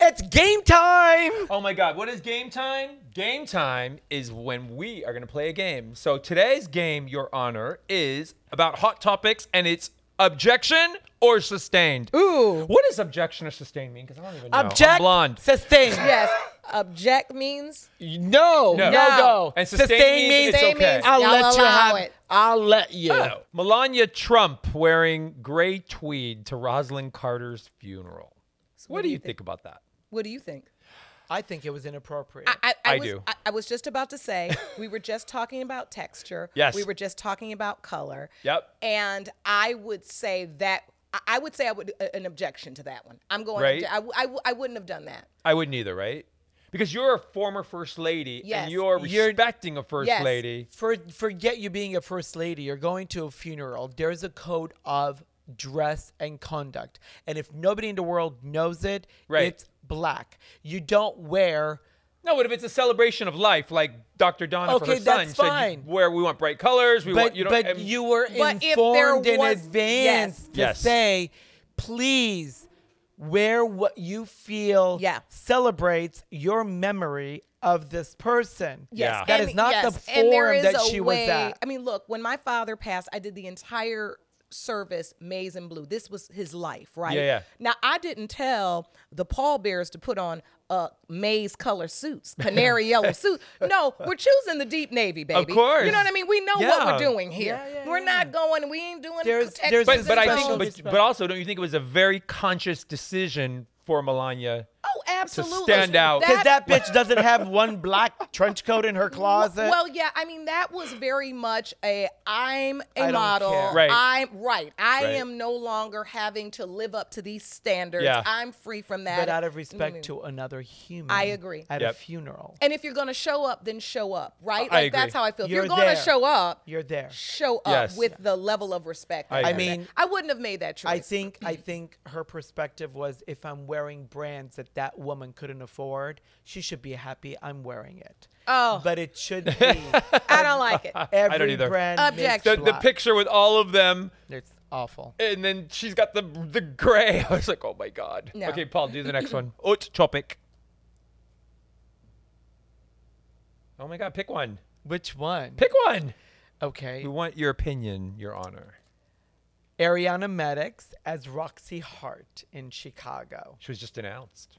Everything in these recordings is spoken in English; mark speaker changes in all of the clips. Speaker 1: it's game time.
Speaker 2: Oh my God, what is game time? Game time is when we are going to play a game. So today's game, Your Honor, is about hot topics and it's objection or sustained.
Speaker 3: Ooh.
Speaker 2: What does objection or sustained mean? Because I don't even know. I'm
Speaker 1: Object.
Speaker 2: blonde.
Speaker 1: Sustain.
Speaker 3: Yes. Object means
Speaker 1: No, no,
Speaker 2: No.
Speaker 1: no.
Speaker 2: And sustain means it's
Speaker 3: Sustain
Speaker 2: okay.
Speaker 3: means-
Speaker 1: I'll
Speaker 3: Y'all
Speaker 1: let you
Speaker 3: allow
Speaker 1: have
Speaker 3: it.
Speaker 1: I'll let you.
Speaker 2: Oh. Melania Trump wearing gray tweed to Rosalind Carter's funeral. what do you think about that?
Speaker 3: what do you think?
Speaker 1: I think it was inappropriate.
Speaker 3: I, I,
Speaker 2: I
Speaker 3: was,
Speaker 2: do.
Speaker 3: I, I was just about to say we were just talking about texture.
Speaker 2: Yes.
Speaker 3: We were just talking about color.
Speaker 2: Yep.
Speaker 3: And I would say that I- I would say I would a- an objection to that one. I'm going.
Speaker 2: Right.
Speaker 3: obje- I, w- I, w- I wouldn't have done that.
Speaker 2: I wouldn't either, right? Because you're a former first lady
Speaker 3: Yes.
Speaker 2: and you're
Speaker 1: You're-
Speaker 2: respecting a first
Speaker 3: Yes.
Speaker 2: lady.
Speaker 1: For forget you being a first lady. You're going to a funeral. There's a code of dress and conduct, and if nobody in the world knows it,
Speaker 2: Right.
Speaker 1: it's black. You don't wear.
Speaker 2: No, but if it's a celebration of life, like Dr. Donna for her
Speaker 1: Okay,
Speaker 2: son
Speaker 1: that's
Speaker 2: said,
Speaker 1: fine.
Speaker 2: where we want bright colors, we
Speaker 1: But
Speaker 2: want you know,
Speaker 1: but
Speaker 2: and-
Speaker 1: you were
Speaker 3: But if there
Speaker 1: informed in
Speaker 3: was-
Speaker 1: advance
Speaker 3: yes.
Speaker 1: to
Speaker 2: Yes.
Speaker 1: say, please wear what you feel
Speaker 3: Yeah.
Speaker 1: celebrates your memory of this person.
Speaker 2: Yeah.
Speaker 1: that
Speaker 3: and-
Speaker 1: is not the
Speaker 3: yes, and there
Speaker 1: forum
Speaker 3: is
Speaker 1: that
Speaker 3: a
Speaker 1: she
Speaker 3: way-
Speaker 1: was at.
Speaker 3: I mean, look, when my father passed, I did the entire service maize and blue. This was his life, right?
Speaker 2: Yeah, yeah.
Speaker 3: Now I didn't tell the pallbearers to put on uh maize color suits, canary yellow suits. No, we're choosing the deep navy, baby.
Speaker 2: course.
Speaker 3: You know what I mean? We know what
Speaker 2: Yeah.
Speaker 3: we're doing here.
Speaker 1: Yeah, yeah,
Speaker 3: we're
Speaker 1: yeah.
Speaker 3: not going, we ain't doing
Speaker 1: There's-
Speaker 3: extra
Speaker 1: there's
Speaker 2: but, but I
Speaker 3: special-
Speaker 2: think
Speaker 1: Special
Speaker 2: but,
Speaker 1: respect.
Speaker 2: but also don't you think it was a very conscious decision for Melania?
Speaker 3: Oh, absolutely.
Speaker 2: stand out. 'Cause
Speaker 1: Because that bitch doesn't have one black trench coat in her closet.
Speaker 3: Well, yeah, I mean that was very much a I'm a
Speaker 1: don't
Speaker 3: model.
Speaker 1: care.
Speaker 2: Right.
Speaker 3: I'm right. I
Speaker 2: Right.
Speaker 3: am no longer having to live up to these standards.
Speaker 2: Yeah.
Speaker 3: I'm free from that. Mm.
Speaker 1: but out of respect to another human.
Speaker 3: I agree.
Speaker 1: At
Speaker 2: Yep.
Speaker 1: a funeral.
Speaker 3: and if you're gonna show up, then show up, right?
Speaker 2: I
Speaker 3: like
Speaker 2: agree.
Speaker 3: that's how I feel. If you're,
Speaker 1: You're
Speaker 3: gonna
Speaker 1: there.
Speaker 3: show up,
Speaker 1: You're there.
Speaker 3: show up
Speaker 2: Yes.
Speaker 3: with the level of respect. that
Speaker 2: I
Speaker 3: has
Speaker 2: agree.
Speaker 1: I
Speaker 3: it.
Speaker 1: mean-
Speaker 3: I wouldn't have made that choice.
Speaker 1: I think I think her perspective was if I'm wearing brands that that woman couldn't afford, she should be happy I'm wearing it.
Speaker 3: Oh.
Speaker 1: But it should be
Speaker 3: I don't like it.
Speaker 1: every
Speaker 2: don't either.
Speaker 1: brand makes
Speaker 3: Objection.
Speaker 2: The, the
Speaker 1: black.
Speaker 2: picture with all of them,
Speaker 1: It's awful.
Speaker 2: and then she's got the the gray. I was like, oh my god.
Speaker 3: No.
Speaker 2: Okay, Paul, do the next one. What topic? Oh my god, pick one.
Speaker 1: Which one?
Speaker 2: Pick one.
Speaker 1: Okay.
Speaker 2: We want your opinion, Your Honor.
Speaker 1: Ariana Maddox as Roxy Hart in Chicago.
Speaker 2: She was just announced.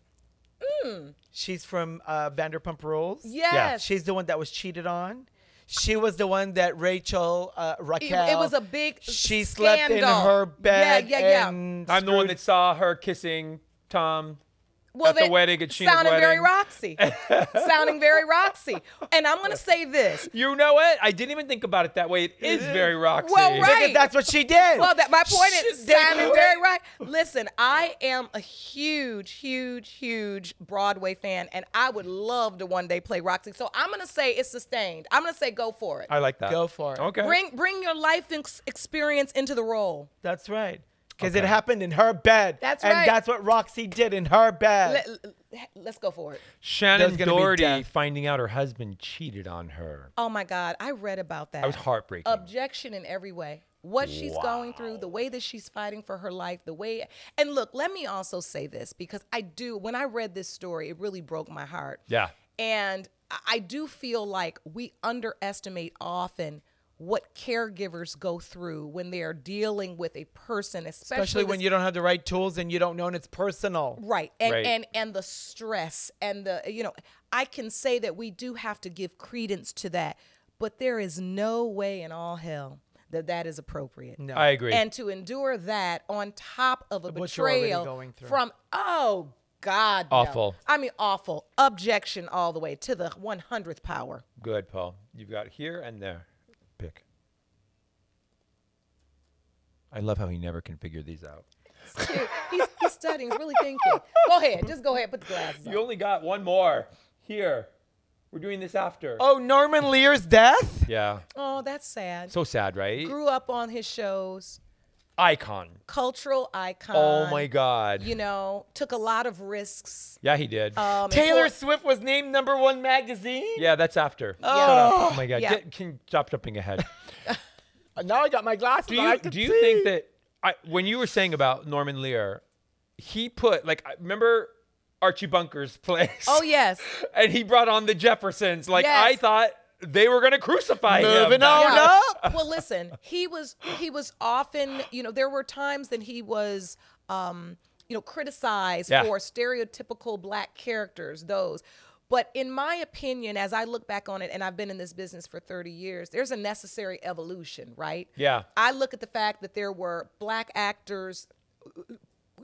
Speaker 1: She's from uh, Vanderpump Rules.
Speaker 3: Yes.
Speaker 1: She's the one that was cheated on. She was the one that Rachel uh,
Speaker 3: It-
Speaker 1: Raquel.
Speaker 3: It was a big
Speaker 1: She
Speaker 3: scandal.
Speaker 1: slept in her bed.
Speaker 3: Yeah, yeah, yeah.
Speaker 1: and
Speaker 2: I'm the one
Speaker 1: screwed-
Speaker 2: that saw her kissing Tom
Speaker 3: well,
Speaker 2: at the
Speaker 3: that
Speaker 2: wedding at Sheena's
Speaker 3: sounding very
Speaker 2: wedding.
Speaker 3: Roxy, sounding very Roxy. And I'm gonna say this:
Speaker 2: You know what? I didn't even think about it that way. It is very Roxy.
Speaker 3: Well, right.
Speaker 1: Because that's what she did.
Speaker 3: Well, that my point is
Speaker 1: She did
Speaker 3: sounding
Speaker 1: it.
Speaker 3: very right. Listen, I am a huge, huge, huge Broadway fan, and I would love to one day play Roxy. So I'm gonna say it's sustained. I'm gonna say go for it.
Speaker 2: I like that.
Speaker 1: Go for it.
Speaker 2: Okay.
Speaker 3: Bring bring your life ex- experience into the role.
Speaker 1: That's right. Because
Speaker 2: Okay.
Speaker 1: it happened in her bed.
Speaker 3: That's
Speaker 1: and
Speaker 3: right.
Speaker 1: that's what Roxy did in her bed.
Speaker 3: Let, us go for it.
Speaker 2: Shannon
Speaker 1: There's gonna be
Speaker 2: Doherty
Speaker 1: death.
Speaker 2: finding out her husband cheated on her.
Speaker 3: Oh my God, I read about that.
Speaker 2: That was heartbreaking.
Speaker 3: objection in every way. What she's going through, the way that she's fighting for her life, the way. And look, let me also say this because I do, when I read this story, it really broke my heart.
Speaker 2: Yeah.
Speaker 3: And I- I do feel like we underestimate often what caregivers go through when they are dealing with a person, especially,
Speaker 1: Especially
Speaker 3: with
Speaker 1: when you don't have the right tools and you don't know and it's personal.
Speaker 3: right and
Speaker 2: Right.
Speaker 3: and and the stress and the you know i can say that we do have to give credence to that but there is no way in all hell that that is appropriate no
Speaker 2: I agree.
Speaker 3: and to endure that on top of a
Speaker 1: What you're already
Speaker 3: betrayal
Speaker 1: going through.
Speaker 3: from oh god no.
Speaker 2: Awful.
Speaker 3: i mean awful objection all the way to the 100th power
Speaker 2: Good, Paul. You've got here and there. Pick. I love how he never can figure these out.
Speaker 3: It's cute. he's, he's studying he's really thinking go ahead just go ahead put the glasses on
Speaker 2: You only got one more. Here. We're doing this after.
Speaker 1: Oh, Norman Lear's death?
Speaker 2: Yeah.
Speaker 3: oh that's sad
Speaker 2: So sad, right?
Speaker 3: grew up on his shows
Speaker 2: Icon.
Speaker 3: cultural icon
Speaker 2: Oh my God.
Speaker 3: you know, took a lot of risks.
Speaker 2: yeah, he did.
Speaker 3: Um, and
Speaker 1: Taylor
Speaker 3: for-
Speaker 1: Swift was named number one magazine?
Speaker 2: yeah, that's after.
Speaker 1: Oh.
Speaker 2: Oh my God.
Speaker 3: Yeah.
Speaker 2: Get- can stop jumping ahead.
Speaker 1: Now I got my glasses.
Speaker 2: do
Speaker 1: on,
Speaker 2: you
Speaker 1: I can
Speaker 2: do you
Speaker 1: see.
Speaker 2: think that I, when you were saying about Norman Lear, he put like I remember Archie Bunker's place.
Speaker 3: Oh yes.
Speaker 2: and he brought on the Jeffersons. Like
Speaker 3: Yes.
Speaker 2: I thought they were gonna crucify him.
Speaker 1: Moving on
Speaker 3: Yeah.
Speaker 1: up.
Speaker 3: well, listen, he was he was often, you know, there were times that he was um, you know, criticized
Speaker 2: Yeah.
Speaker 3: for stereotypical black characters, those. But in my opinion, as I look back on it and I've been in this business for 30 years, there's a necessary evolution, right?
Speaker 2: Yeah.
Speaker 3: I look at the fact that there were black actors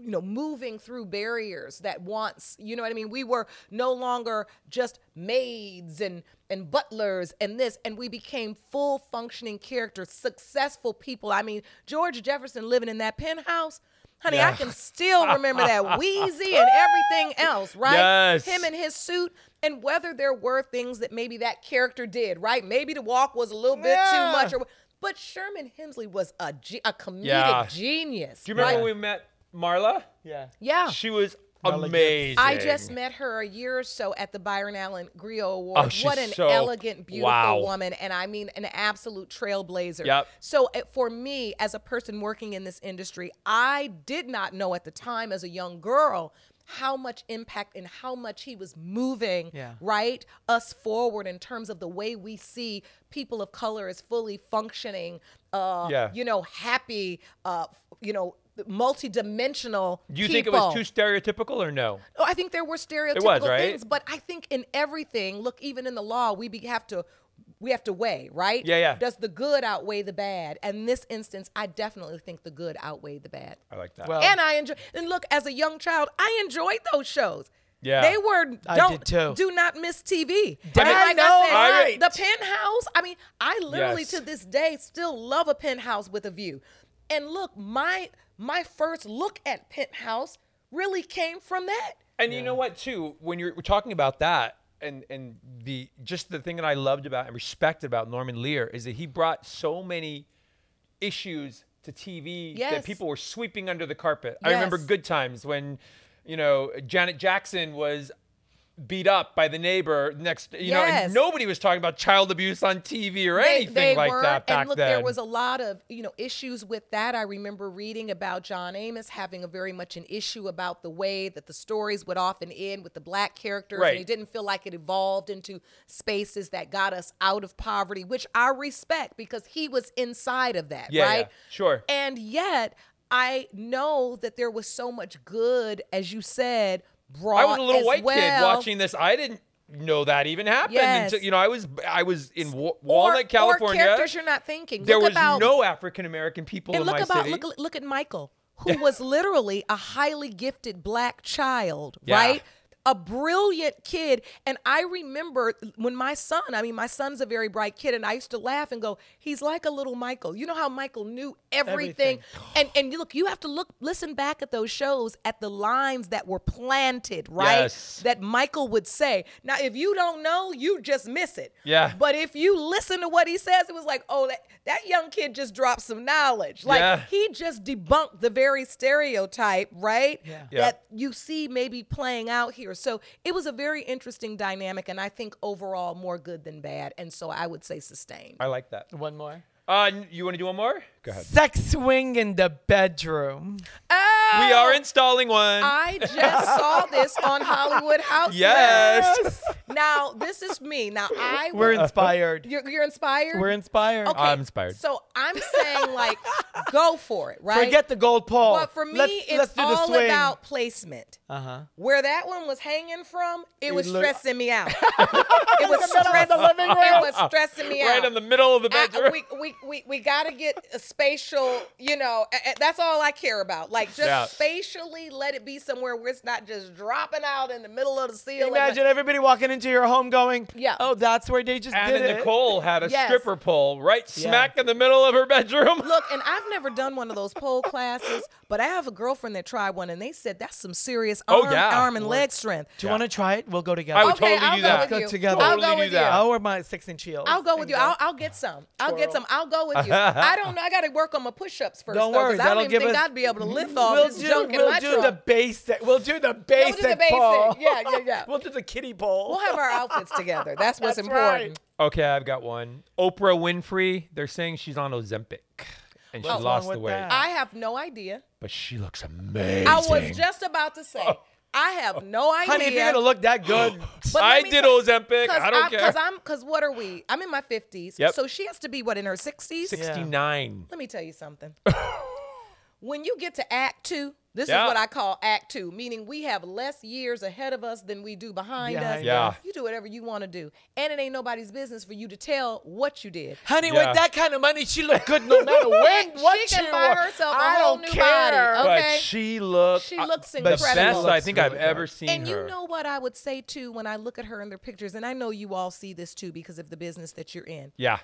Speaker 3: you know moving through barriers that once you know what i mean we were no longer just maids and and butlers and this and we became full functioning characters successful people i mean george jefferson living in that penthouse honey i
Speaker 2: Yeah.
Speaker 3: can still remember that wheezy and everything else right
Speaker 2: Yes.
Speaker 3: him and in his suit and whether there were things that maybe that character did, right? Maybe the walk was a little bit
Speaker 2: Yeah.
Speaker 3: too much. Or, but Sherman Hemsley was a, ge- a comedic
Speaker 2: Yeah.
Speaker 3: genius.
Speaker 2: Do you remember
Speaker 3: right?
Speaker 2: when we met Marla?
Speaker 1: Yeah.
Speaker 3: Yeah.
Speaker 2: She was
Speaker 1: Marla Gibbs.
Speaker 2: amazing. Oh,
Speaker 3: I just met her a year or so at the Byron Allen Griot Award.
Speaker 2: she's
Speaker 3: what an
Speaker 2: so-
Speaker 3: elegant, beautiful
Speaker 2: wow.
Speaker 3: woman, and I mean an absolute trailblazer.
Speaker 2: Yep.
Speaker 3: So it, for me, as a person working in this industry, I did not know at the time, as a young girl, how much impact and how much he was moving,
Speaker 1: Yeah.
Speaker 3: right, us forward in terms of the way we see people of color as fully functioning, uh,
Speaker 2: Yeah.
Speaker 3: you know, happy, uh, you know. Multi-dimensional.
Speaker 2: Do you think it was
Speaker 3: people.
Speaker 2: too stereotypical or no?
Speaker 3: Oh, I think there were stereotypical
Speaker 2: right?
Speaker 3: things, but I think in everything, look, even in the law, we be, have to we have to weigh, right?
Speaker 2: Yeah, yeah.
Speaker 3: Does the good outweigh the bad? And in this instance, I definitely think the good outweighed the bad.
Speaker 2: I like that.
Speaker 1: Well,
Speaker 3: and I enjoy. And look, as a young child, I enjoyed those shows.
Speaker 2: Yeah.
Speaker 3: they were don't
Speaker 1: I did too.
Speaker 3: do not miss TV.
Speaker 1: Dang,
Speaker 3: And
Speaker 1: I know, right.
Speaker 3: the penthouse. I mean, I literally
Speaker 2: Yes.
Speaker 3: to this day still love a penthouse with a view. And look, my my first look at penthouse really came from that.
Speaker 2: And you know what, too, when you're we're talking about that, and and the just the thing that I loved about and respected about Norman Lear is that he brought so many issues to TV that
Speaker 3: Yes.
Speaker 2: people were sweeping under the carpet. I remember
Speaker 3: Yes.
Speaker 2: good times when, you know, Janet Jackson was beat up by the neighbor next you know
Speaker 3: Yes.
Speaker 2: and nobody was talking about child abuse on TV or
Speaker 3: they,
Speaker 2: anything
Speaker 3: they
Speaker 2: like
Speaker 3: weren't.
Speaker 2: that back
Speaker 3: and look,
Speaker 2: then.
Speaker 3: there was a lot of you know issues with that. I remember reading about John Amos having a very much an issue about the way that the stories would often end with the black characters,
Speaker 2: Right.
Speaker 3: and he didn't feel like it evolved into spaces that got us out of poverty, which I respect because he was inside of that,
Speaker 2: Yeah, yeah.
Speaker 3: right?
Speaker 2: Sure.
Speaker 3: And yet, I know that there was so much good, as you said. Brought
Speaker 2: I was a little
Speaker 3: as
Speaker 2: white kid
Speaker 3: well.
Speaker 2: watching this. I didn't know that even happened.
Speaker 3: Yes.
Speaker 2: Until, you know, I was I was in Wa-
Speaker 3: Or-
Speaker 2: Walnut,
Speaker 3: Or
Speaker 2: California.
Speaker 3: characters you're not thinking.
Speaker 2: there
Speaker 3: Look
Speaker 2: was
Speaker 3: about
Speaker 2: no African American people in
Speaker 3: and look
Speaker 2: my
Speaker 3: about
Speaker 2: city.
Speaker 3: look look at Michael, who was literally a highly gifted black child,
Speaker 2: Yeah.
Speaker 3: right? A brilliant kid. And I remember when my son, I mean, my son's a very bright kid, and I used to laugh and go, he's like a little Michael. You know how Michael knew
Speaker 1: Everything.
Speaker 3: everything. And and you look, you have to look, listen back at those shows at the lines that were planted, right?
Speaker 2: Yes.
Speaker 3: That Michael would say. Now, if you don't know, you just miss it.
Speaker 2: Yeah.
Speaker 3: But if you listen to what he says, it was like, oh, that, that young kid just dropped some knowledge. Like
Speaker 2: Yeah.
Speaker 3: he just debunked the very stereotype, right?
Speaker 1: Yeah.
Speaker 2: Yeah.
Speaker 3: That you see maybe playing out here. So it was a very interesting dynamic, and I think overall more good than bad. And so I would say sustained.
Speaker 2: I like that.
Speaker 1: One more.
Speaker 2: Uh, n- you want to do one more? Go ahead.
Speaker 1: Sex swing in the bedroom.
Speaker 3: Oh,
Speaker 2: We are installing one.
Speaker 3: I just saw this on Hollywood House.
Speaker 2: yes.
Speaker 3: Now this is me. Now I
Speaker 1: We're
Speaker 3: would-
Speaker 1: inspired.
Speaker 3: You're, you're inspired.
Speaker 1: Uh-huh. We're inspired.
Speaker 3: Okay,
Speaker 2: I'm inspired.
Speaker 3: So I'm saying like, go for it, right?
Speaker 1: Forget the gold pole.
Speaker 3: But for me,
Speaker 1: Oh, let's,
Speaker 3: it's
Speaker 1: let's do the
Speaker 3: all
Speaker 1: swing.
Speaker 3: about placement.
Speaker 1: Uh huh.
Speaker 3: Where that one was hanging from, it was
Speaker 1: look-
Speaker 3: stressing me out. it was stressing
Speaker 1: the living room.
Speaker 3: It was stressing me out.
Speaker 2: Right in the middle of the
Speaker 3: I-
Speaker 2: bedroom.
Speaker 3: we, we, we, we got to get a spatial, you know, a- a- that's all I care about. Like, just
Speaker 2: Yeah.
Speaker 3: spatially let it be somewhere where it's not just dropping out in the middle of the ceiling.
Speaker 1: Imagine everybody walking into your home going,
Speaker 3: Yeah.
Speaker 1: oh, that's where they just
Speaker 2: Anna
Speaker 1: did it.
Speaker 2: Nicole had a
Speaker 3: Yes.
Speaker 2: stripper pole right
Speaker 1: Yeah.
Speaker 2: smack in the middle of her bedroom.
Speaker 3: Look, and I've never done one of those pole classes, but I have a girlfriend that tried one, and they said that's some serious
Speaker 2: Oh,
Speaker 3: arm,
Speaker 2: yeah.
Speaker 3: arm and leg strength.
Speaker 1: Do you want to try it? We'll go together.
Speaker 2: I would
Speaker 3: Okay,
Speaker 2: totally
Speaker 3: I'll
Speaker 2: do
Speaker 3: go
Speaker 2: that.
Speaker 3: with
Speaker 1: Go
Speaker 3: you.
Speaker 1: together.
Speaker 3: I'll
Speaker 2: Totally
Speaker 3: go
Speaker 2: do
Speaker 3: with
Speaker 2: that.
Speaker 3: you.
Speaker 1: I'll wear my six inch heels.
Speaker 3: I'll go with
Speaker 1: and
Speaker 3: you. I'll, I'll get some. I'll get
Speaker 1: Twirl.
Speaker 3: some. I'll go with you. I don't know. I got to work on my push-ups first.
Speaker 1: Don't
Speaker 3: though, 'cause
Speaker 1: worry,
Speaker 3: I
Speaker 1: that'll
Speaker 3: don't even
Speaker 1: give
Speaker 3: think
Speaker 1: us-
Speaker 3: I'd be able to lift all
Speaker 1: We'll
Speaker 3: this
Speaker 1: do,
Speaker 3: junk in
Speaker 1: we'll
Speaker 3: my
Speaker 1: do the
Speaker 3: trunk.
Speaker 1: basic. We'll do the basic.
Speaker 3: basic.
Speaker 1: pole.
Speaker 3: Yeah, yeah, yeah.
Speaker 1: we'll do the kiddie pole.
Speaker 3: We'll have our outfits together. That's what's
Speaker 1: That's right.
Speaker 3: important.
Speaker 2: Okay, I've got one. Oprah Winfrey. They're saying she's on Ozempic and
Speaker 1: What's
Speaker 2: she
Speaker 1: wrong
Speaker 2: lost the
Speaker 1: with
Speaker 2: weight,
Speaker 1: that?
Speaker 3: I have no idea.
Speaker 2: but she looks amazing.
Speaker 3: I was just about to say. I have no idea.
Speaker 1: Honey, if you're gonna look that good,
Speaker 3: But let
Speaker 2: I
Speaker 3: me
Speaker 2: did
Speaker 3: tell-
Speaker 2: Ozempic.
Speaker 3: Cause
Speaker 2: I don't care.
Speaker 3: Because I'm because what are we? I'm in my fifties.
Speaker 2: Yep.
Speaker 3: So she has to be what in her sixties.
Speaker 2: 69.
Speaker 3: Let me tell you something. when you get to Act Two, this
Speaker 2: Yeah.
Speaker 3: is what I call Act Two, meaning we have less years ahead of us than we do behind us.
Speaker 1: Behind
Speaker 2: Yeah. us.
Speaker 3: You do whatever you want to do, and it ain't nobody's business for you to tell what you did.
Speaker 1: honey,
Speaker 2: Yeah.
Speaker 1: with that kind of money, she look good no matter when. What
Speaker 3: she can
Speaker 1: you
Speaker 3: buy
Speaker 1: want.
Speaker 3: herself a
Speaker 1: I
Speaker 3: whole
Speaker 1: don't
Speaker 3: new
Speaker 1: care.
Speaker 3: body. Oh. Okay.
Speaker 2: But she looks
Speaker 3: She looks
Speaker 2: the
Speaker 3: incredible.
Speaker 2: best I think I've
Speaker 1: Looks really
Speaker 2: ever
Speaker 1: good.
Speaker 2: seen
Speaker 3: And
Speaker 2: her.
Speaker 3: you know what I would say too when I look at her in their pictures, and I know you all see this too because of the business that you're in.
Speaker 2: yeah.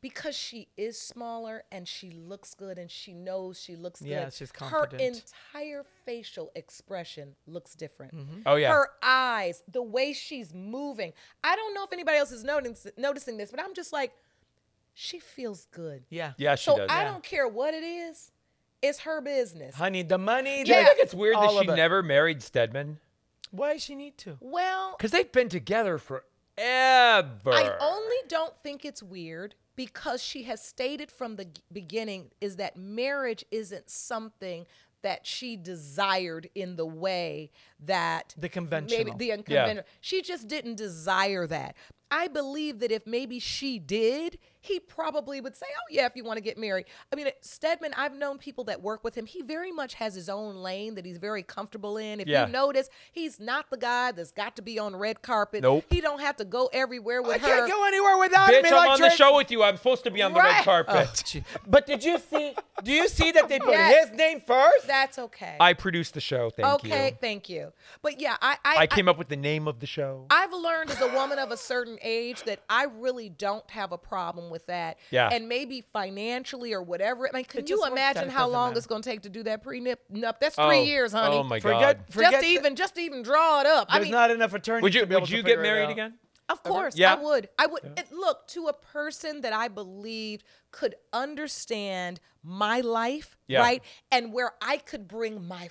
Speaker 3: because she is smaller and she looks good and she knows she looks
Speaker 1: Yeah,
Speaker 3: good.
Speaker 1: she's confident.
Speaker 3: Her entire facial expression looks different.
Speaker 1: Mm-hmm.
Speaker 2: Oh, yeah.
Speaker 3: Her eyes, the way she's moving. I don't know if anybody else is noticing noticing this, but I'm just like, she feels good.
Speaker 1: Yeah.
Speaker 2: Yeah, she
Speaker 3: so
Speaker 2: does.
Speaker 3: I
Speaker 2: Yeah.
Speaker 3: don't care what it is. It's her business.
Speaker 1: Honey, the money.
Speaker 2: Do you
Speaker 1: that-
Speaker 2: think it's weird that
Speaker 1: all
Speaker 2: she
Speaker 1: of it.
Speaker 2: never married Stedman?
Speaker 1: Why does she need to?
Speaker 3: Well,
Speaker 2: Because they've been together forever.
Speaker 3: I only don't think it's weird because she has stated from the g- beginning is that marriage isn't something that she desired in the way that
Speaker 1: The conventional.
Speaker 3: maybe the unconventional. She just didn't desire that. I believe that if maybe she did, he probably would say, "Oh yeah, if you want to get married." I mean, Stedman. I've known people that work with him. He very much has his own lane that he's very comfortable in. If
Speaker 2: Yeah.
Speaker 3: you notice, he's not the guy that's got to be on red carpet.
Speaker 2: Nope.
Speaker 3: He don't have to go everywhere with
Speaker 1: I
Speaker 3: her.
Speaker 1: can't go anywhere without
Speaker 2: Bitch,
Speaker 1: me.
Speaker 2: I'm
Speaker 1: like
Speaker 2: on the
Speaker 1: Drake.
Speaker 2: show with you. I'm supposed to be on the red
Speaker 3: Right.
Speaker 2: carpet.
Speaker 1: Oh, gee. but did you see? Do you see that they put
Speaker 3: Yes.
Speaker 1: his name first?
Speaker 3: That's okay.
Speaker 2: I produced the show. Thank
Speaker 3: okay,
Speaker 2: you.
Speaker 3: thank you. But yeah, I I,
Speaker 2: I came up with the name of the show.
Speaker 3: I've learned as a woman of a certain age that I really don't have a problem with that.
Speaker 2: Yeah.
Speaker 3: And maybe financially or whatever. I mean, can
Speaker 1: It just
Speaker 3: you
Speaker 1: works out.
Speaker 3: imagine
Speaker 1: It
Speaker 3: how
Speaker 1: doesn't
Speaker 3: long
Speaker 1: matter.
Speaker 3: it's going to take to do that pre-nip? Nup? That's three
Speaker 2: Oh,
Speaker 3: years, honey.
Speaker 2: Oh my
Speaker 1: Forget,
Speaker 2: god.
Speaker 1: forget that-
Speaker 3: Just to even, just to even draw it up. I
Speaker 1: There's
Speaker 3: mean,
Speaker 1: not enough attorneys.
Speaker 2: Would you
Speaker 1: to be able
Speaker 2: would
Speaker 1: to
Speaker 2: you get
Speaker 1: figure it
Speaker 2: married
Speaker 1: out.
Speaker 2: again?
Speaker 3: Of course,
Speaker 2: Uh-huh. Yeah.
Speaker 3: I would. I would it- look to a person that I believed could understand my life,
Speaker 2: Yeah.
Speaker 3: right, and where I could bring my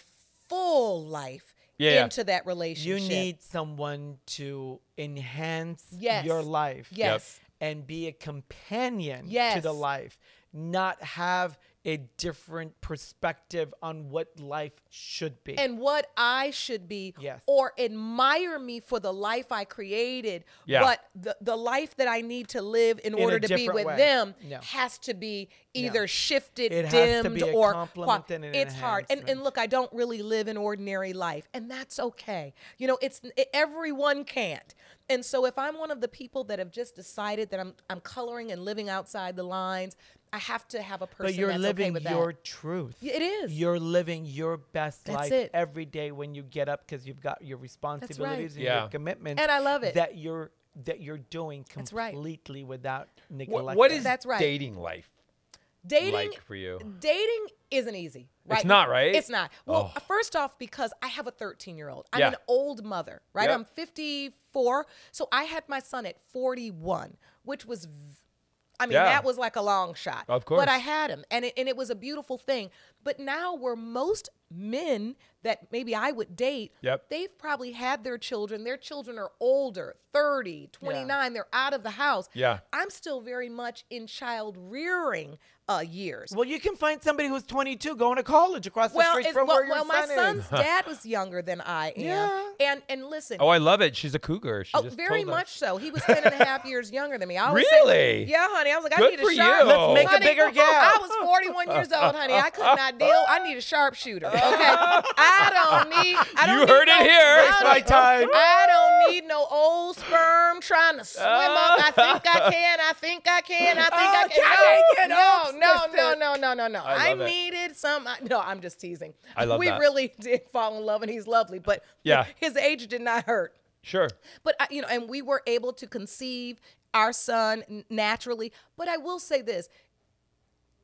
Speaker 3: full life
Speaker 2: Yeah, yeah.
Speaker 3: into that
Speaker 1: You
Speaker 3: relationship.
Speaker 1: need someone to enhance
Speaker 3: Yes.
Speaker 1: your life.
Speaker 3: yes,
Speaker 1: and be a companion to the
Speaker 3: Yes.
Speaker 1: life, not have a different perspective on what life should be.
Speaker 3: and what I should be,
Speaker 1: Yes.
Speaker 3: or admire me for the life I created,
Speaker 2: Yeah.
Speaker 3: but the the life that I need to live in,
Speaker 1: a
Speaker 3: order to be
Speaker 1: different
Speaker 3: with
Speaker 1: way.
Speaker 3: them
Speaker 1: No.
Speaker 3: has to be either shifted,
Speaker 1: It has to
Speaker 3: dimmed,
Speaker 1: be a
Speaker 3: or
Speaker 1: complement and an
Speaker 3: it's hard. And and
Speaker 1: enhancement.
Speaker 3: look. look, I don't really live an ordinary life, and that's okay. You know, it's it- everyone can't. And so if I'm one of the people that have just decided that I'm I'm coloring and living outside the lines, I have to have a person
Speaker 1: but you're
Speaker 3: that's okay
Speaker 1: living
Speaker 3: with
Speaker 1: your
Speaker 3: that.
Speaker 1: truth.
Speaker 3: Y- It is.
Speaker 1: You're living your best
Speaker 3: That's
Speaker 1: life
Speaker 3: it.
Speaker 1: every day when you get up because you've got your responsibilities and
Speaker 2: Yeah.
Speaker 1: your commitments.
Speaker 3: And I love it.
Speaker 1: that you're that you're doing
Speaker 3: right.
Speaker 1: completely without
Speaker 2: What-
Speaker 1: neglecting.
Speaker 2: what is
Speaker 3: That's right.
Speaker 2: dating life?
Speaker 3: dating
Speaker 2: like for you?
Speaker 3: Dating isn't easy, right?
Speaker 2: not, right? Oh.
Speaker 3: It's not. Well, first off, because I have a 13 year old. I'm
Speaker 2: Yeah.
Speaker 3: an old mother, right?
Speaker 2: Yep.
Speaker 3: I'm 54. So I had my son at 41, which was, v- I mean,
Speaker 2: Yeah.
Speaker 3: that was like a long shot.
Speaker 2: Of
Speaker 3: But I
Speaker 2: course.
Speaker 3: had him, and it, and it was a beautiful thing. But now, where most men that maybe I would date,
Speaker 2: Yep.
Speaker 3: they've probably had their children. Their children are older, 30, 29, they're out of the house.
Speaker 2: Yeah.
Speaker 3: I'm still very much in child rearing uh, years.
Speaker 1: well, you can find somebody who's 22 going to college across the
Speaker 3: Well,
Speaker 1: street
Speaker 3: it's,
Speaker 1: from
Speaker 3: well,
Speaker 1: where your
Speaker 3: well my
Speaker 1: son
Speaker 3: son's
Speaker 1: is.
Speaker 3: dad was younger than I am.
Speaker 1: Yeah.
Speaker 3: And and listen,
Speaker 2: Oh, I love it. She's a cougar. She
Speaker 3: oh,
Speaker 2: just
Speaker 3: very
Speaker 2: told us.
Speaker 3: much so. He was 10 and a half years younger than me. I always say-
Speaker 2: Really?
Speaker 3: yeah, honey. I was like,
Speaker 2: Good
Speaker 3: I need
Speaker 2: for
Speaker 3: a sharp.
Speaker 2: you. Let's make a
Speaker 3: Honey,
Speaker 1: bigger gap.
Speaker 3: I was 41 years old, honey. I could not deal. I need a sharpshooter. Okay. I don't need. I don't
Speaker 2: You
Speaker 3: need
Speaker 2: heard it
Speaker 3: no-
Speaker 2: here.
Speaker 3: I
Speaker 2: Waste
Speaker 3: don't-
Speaker 1: my time.
Speaker 3: I don't need no old sperm trying to swim up. I think I can. I think I can. I think I
Speaker 1: Oh,
Speaker 3: can.
Speaker 1: can I get
Speaker 3: No,
Speaker 1: old
Speaker 3: no, no, no, no, no, no.
Speaker 2: I
Speaker 3: I,
Speaker 2: love it.
Speaker 3: needed some. I- No, I'm just teasing.
Speaker 2: I love
Speaker 3: We
Speaker 2: that.
Speaker 3: really did fall in love, and he's lovely. But
Speaker 2: Yeah.
Speaker 3: his age did not hurt
Speaker 2: Sure.
Speaker 3: but I, you know and we were able to conceive our son n- naturally but i will say this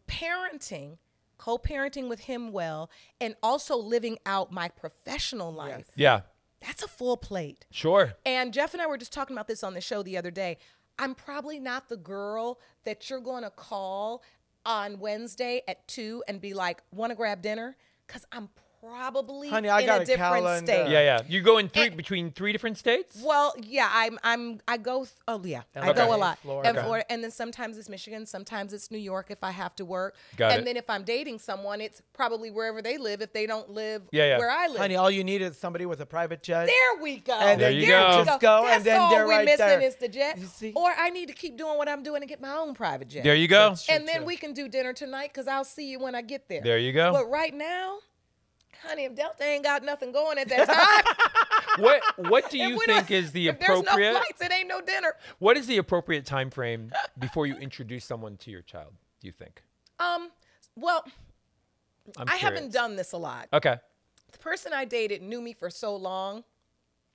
Speaker 3: parenting co-parenting with him well and also living out my professional life
Speaker 2: Yeah.
Speaker 3: that's a full plate
Speaker 2: Sure.
Speaker 3: and Jeff and I were just talking about this on the show the other day. I'm probably not the girl that you're going to call on Wednesday at two and be like, want to grab dinner? Because I'm probably
Speaker 1: Honey, I
Speaker 3: in
Speaker 1: got
Speaker 3: a
Speaker 1: a
Speaker 3: different
Speaker 1: calendar.
Speaker 3: state.
Speaker 2: Yeah, yeah. You go in
Speaker 3: Eh.
Speaker 2: three between three different states.
Speaker 3: Well, yeah, I'm I'm I go th- oh yeah, I
Speaker 1: Okay.
Speaker 3: go a lot.
Speaker 1: Florida.
Speaker 3: And
Speaker 1: Okay.
Speaker 3: Florida and then sometimes it's Michigan, sometimes it's New York if I have to work.
Speaker 2: Got
Speaker 3: and
Speaker 2: it.
Speaker 3: then if I'm dating someone, it's probably wherever they live if they don't live
Speaker 2: Yeah, yeah.
Speaker 3: where I live.
Speaker 1: Honey, all you need is somebody with a private jet.
Speaker 3: there we go.
Speaker 1: And
Speaker 2: then There you go.
Speaker 3: we
Speaker 1: just go, and
Speaker 3: That's
Speaker 1: then
Speaker 3: all
Speaker 1: they're
Speaker 3: we're
Speaker 1: right
Speaker 3: missing
Speaker 1: there.
Speaker 3: is the jet.
Speaker 1: You see?
Speaker 3: Or I need to keep doing what I'm doing and get my own private jet.
Speaker 2: There you go.
Speaker 1: That's true.
Speaker 3: and then
Speaker 1: too.
Speaker 3: we can do dinner tonight because I'll see you when I get there.
Speaker 2: There you go.
Speaker 3: But right now, honey, if Delta ain't got nothing going at that time,
Speaker 2: What What do
Speaker 3: if
Speaker 2: you
Speaker 3: we
Speaker 2: think
Speaker 3: don't-
Speaker 2: is the
Speaker 3: if there's no
Speaker 2: appropriate?
Speaker 3: flights, it ain't no dinner.
Speaker 2: What is the appropriate time frame before you introduce someone to your child? Do you think?
Speaker 3: Um, well,
Speaker 2: I'm
Speaker 3: I haven't
Speaker 2: curious.
Speaker 3: done this a lot.
Speaker 2: Okay.
Speaker 3: The person I dated knew me for so long.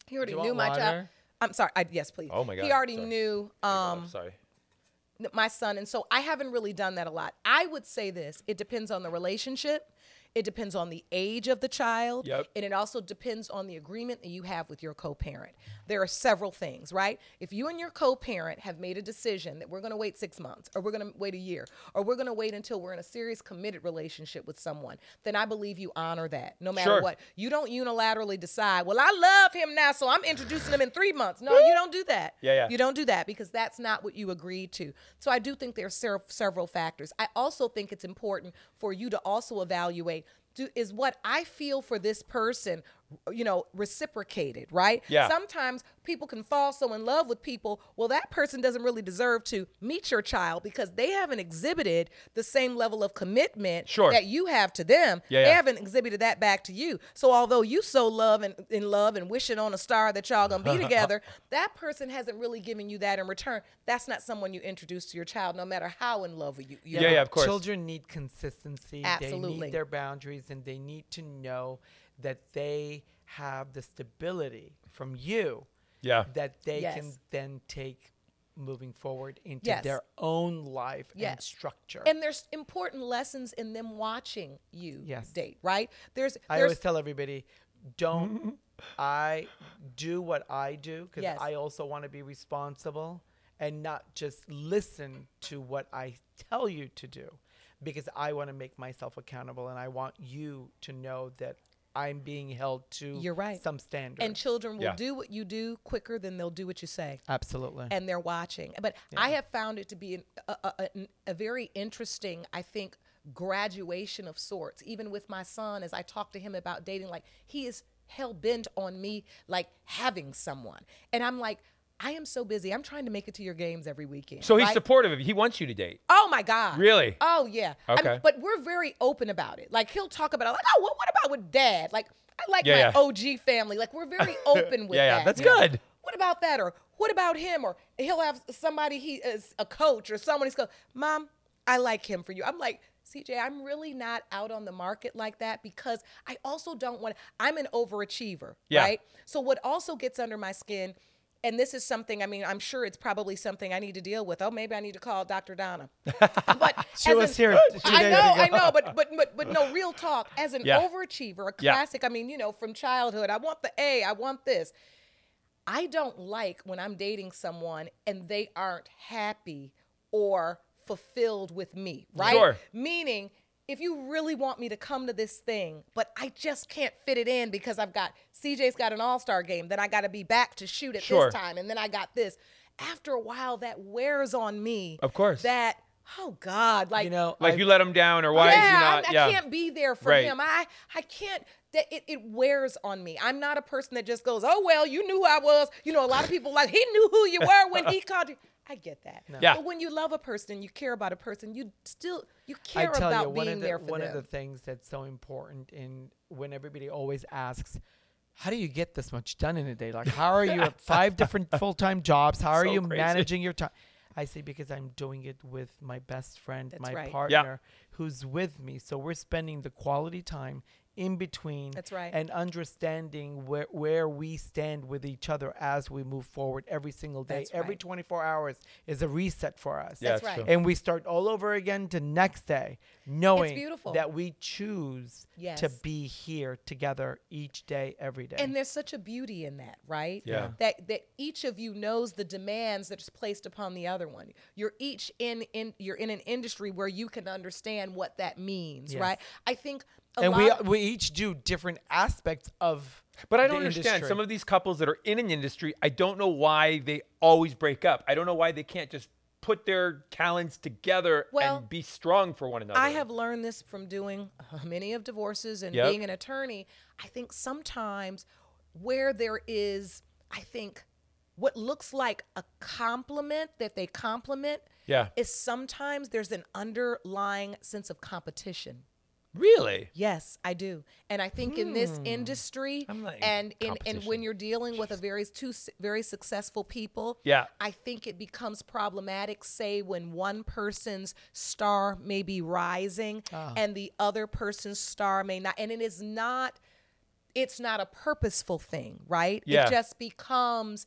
Speaker 3: He already
Speaker 1: you
Speaker 3: knew
Speaker 1: want
Speaker 3: my child.
Speaker 1: water?
Speaker 3: I'm sorry. I, yes, please.
Speaker 2: Oh my God,
Speaker 3: He already
Speaker 2: sorry.
Speaker 3: knew
Speaker 2: Oh,
Speaker 3: um,
Speaker 2: sorry.
Speaker 3: th- my son, and so I haven't really done that a lot. I would say this: it depends on the relationship. It depends on the age of the child,
Speaker 2: Yep.
Speaker 3: and it also depends on the agreement that you have with your co-parent. There are several things, right? If you and your co-parent have made a decision that we're going to wait six months, or we're going to wait a year, or we're going to wait until we're in a serious committed relationship with someone, then I believe you honor that, no matter
Speaker 2: Sure.
Speaker 3: what. You don't unilaterally decide, well, I love him now, so I'm introducing him in three months. No, you don't do that.
Speaker 2: Yeah, yeah.
Speaker 3: You don't do that because that's not what you agreed to. So I do think there are ser- several factors. I also think it's important for you to also evaluate do, is what I feel for this person, you know, reciprocated, right?
Speaker 2: Yeah.
Speaker 3: Sometimes people can fall so in love with people, well, that person doesn't really deserve to meet your child because they haven't exhibited the same level of commitment
Speaker 2: Sure.
Speaker 3: that you have to them.
Speaker 2: Yeah,
Speaker 3: They
Speaker 2: yeah.
Speaker 3: haven't exhibited that back to you. So although you so love and in love and wishing on a star that y'all gonna be together, that person hasn't really given you that in return. That's not someone you introduce to your child, no matter how in love with you. you
Speaker 2: Yeah,
Speaker 3: are.
Speaker 2: yeah, of course.
Speaker 1: Children need consistency. They
Speaker 3: Absolutely.
Speaker 1: need their boundaries and they need to know that they have the stability from you
Speaker 2: Yeah.
Speaker 1: that they can
Speaker 3: Yes.
Speaker 1: then take moving forward into
Speaker 3: Yes.
Speaker 1: their own life and
Speaker 3: Yes.
Speaker 1: structure.
Speaker 3: And there's important lessons in them watching you
Speaker 1: Yes.
Speaker 3: date, right? There's,
Speaker 1: I
Speaker 3: there's
Speaker 1: always tell everybody, don't I do what I do because
Speaker 3: Yes.
Speaker 1: I also want to be responsible and not just listen to what I tell you to do because I want to make myself accountable and I want you to know that I'm being held to
Speaker 3: You're right.
Speaker 1: some standard.
Speaker 3: and children will
Speaker 2: Yeah.
Speaker 3: do what you do quicker than they'll do what you say.
Speaker 1: Absolutely.
Speaker 3: and they're watching. But I have found it to be an, a, a, a- a very interesting, I think, graduation of sorts. Even with my son, as I talk to him about dating, like he is hell bent on me, like having someone, and I'm like, I am so busy. I'm trying to make it to your games every weekend.
Speaker 2: So he's
Speaker 3: right?
Speaker 2: supportive of you. He wants you to date.
Speaker 3: Oh my God.
Speaker 2: Really?
Speaker 3: Oh yeah. I mean,
Speaker 2: Okay.
Speaker 3: but we're very open about it. Like he'll talk about it. Like, oh, what, what about with dad? Like I like
Speaker 2: Yeah,
Speaker 3: my
Speaker 2: yeah.
Speaker 3: OG family. Like we're very open with
Speaker 2: Yeah, yeah,
Speaker 3: that.
Speaker 2: that's
Speaker 3: you know?
Speaker 2: good.
Speaker 3: What about that? Or what about him? Or he'll have somebody he is a coach or someone he's go, Mom, I like him for you. I'm like, CJ, I'm really not out on the market like that because I also don't want I'm an overachiever,
Speaker 2: Yeah.
Speaker 3: right? So what also gets under my skin, and this is something, I mean, I'm sure it's probably something I need to deal with. Oh, maybe I need to call Dr. Donna. But
Speaker 1: She
Speaker 3: as
Speaker 1: was
Speaker 3: an-
Speaker 1: here two
Speaker 3: I
Speaker 1: days
Speaker 3: know,
Speaker 1: ago.
Speaker 3: I know, but but but but no real talk. As an
Speaker 2: Yeah.
Speaker 3: overachiever, a
Speaker 2: Yeah.
Speaker 3: classic. I mean, you know, from childhood, I want the A, I want this. I don't like when I'm dating someone and they aren't happy or fulfilled with me, right?
Speaker 2: Sure.
Speaker 3: Meaning, if you really want me to come to this thing, but I just can't fit it in because I've got CJ's got an all star game, then I got to be back to shoot at
Speaker 2: Sure.
Speaker 3: this time, and then I got this. After a while, that wears on me.
Speaker 2: Of course.
Speaker 3: That, oh God, like,
Speaker 1: you know,
Speaker 2: Like
Speaker 1: I-
Speaker 2: you let him down, or why
Speaker 3: yeah,
Speaker 2: is he not?
Speaker 3: I'm- I,
Speaker 2: yeah.
Speaker 3: can't be there for
Speaker 2: Right.
Speaker 3: him. I I can't. That it, it wears on me. I'm not a person that just goes, oh well, you knew who I was. You know, a lot of people like he knew who you were when he called you. I get that.
Speaker 2: Yeah.
Speaker 3: But when you love a person, you care about a person. You still you
Speaker 1: I
Speaker 3: care
Speaker 1: tell
Speaker 3: about
Speaker 1: you, one,
Speaker 3: being
Speaker 1: of the,
Speaker 3: there for
Speaker 1: one
Speaker 3: them.
Speaker 1: of the things that's so important in when everybody always asks, how do you get this much done in a day? Like, how are you at five different full time jobs? How are
Speaker 2: So
Speaker 1: you
Speaker 2: crazy.
Speaker 1: managing your time? I say, because I'm doing it with my best friend, my
Speaker 3: right. Yeah.
Speaker 1: partner, who's with me. So we're spending the quality time in between
Speaker 3: That's right.
Speaker 1: and understanding where, where we stand with each other as we move forward every single day.
Speaker 3: That's
Speaker 1: every
Speaker 3: right.
Speaker 1: 24 hours is a reset for us
Speaker 2: Yeah,
Speaker 3: That's
Speaker 2: it's
Speaker 3: right.
Speaker 2: true.
Speaker 1: and we start all over again to next day knowing
Speaker 3: beautiful.
Speaker 1: that we choose to
Speaker 3: Yes.
Speaker 1: be here together each day every day
Speaker 3: And there's such a beauty in that, right?
Speaker 2: Yeah.
Speaker 3: That that each of you knows the demands that's placed upon the other one. You're each in in you're in an industry where you can understand what that means,
Speaker 1: Yes.
Speaker 3: right? I think
Speaker 1: and
Speaker 3: lot-
Speaker 1: we we each do different aspects of.
Speaker 2: But I don't
Speaker 1: the
Speaker 2: understand
Speaker 1: industry.
Speaker 2: some of these couples that are in an industry. I don't know why they always break up. I don't know why they can't just put their talents together
Speaker 3: Well,
Speaker 2: and be strong for one another.
Speaker 3: I have learned this from doing uh, many of divorces and
Speaker 2: Yep.
Speaker 3: being an attorney. I think sometimes where there is, I think, what looks like a compliment that they compliment
Speaker 2: Yeah.
Speaker 3: is sometimes there's an underlying sense of competition.
Speaker 2: really.
Speaker 3: Yes, I do. And I think in this industry
Speaker 2: Hmm. I'm like,
Speaker 3: and in, and when
Speaker 2: competition.
Speaker 3: you're dealing with a very two s- very successful people,
Speaker 2: Yeah.
Speaker 3: I think it becomes problematic say when one person's star may be rising
Speaker 2: Ah.
Speaker 3: and the other person's star may not and it is not it's not a purposeful thing, right?
Speaker 2: Yeah.
Speaker 3: It just becomes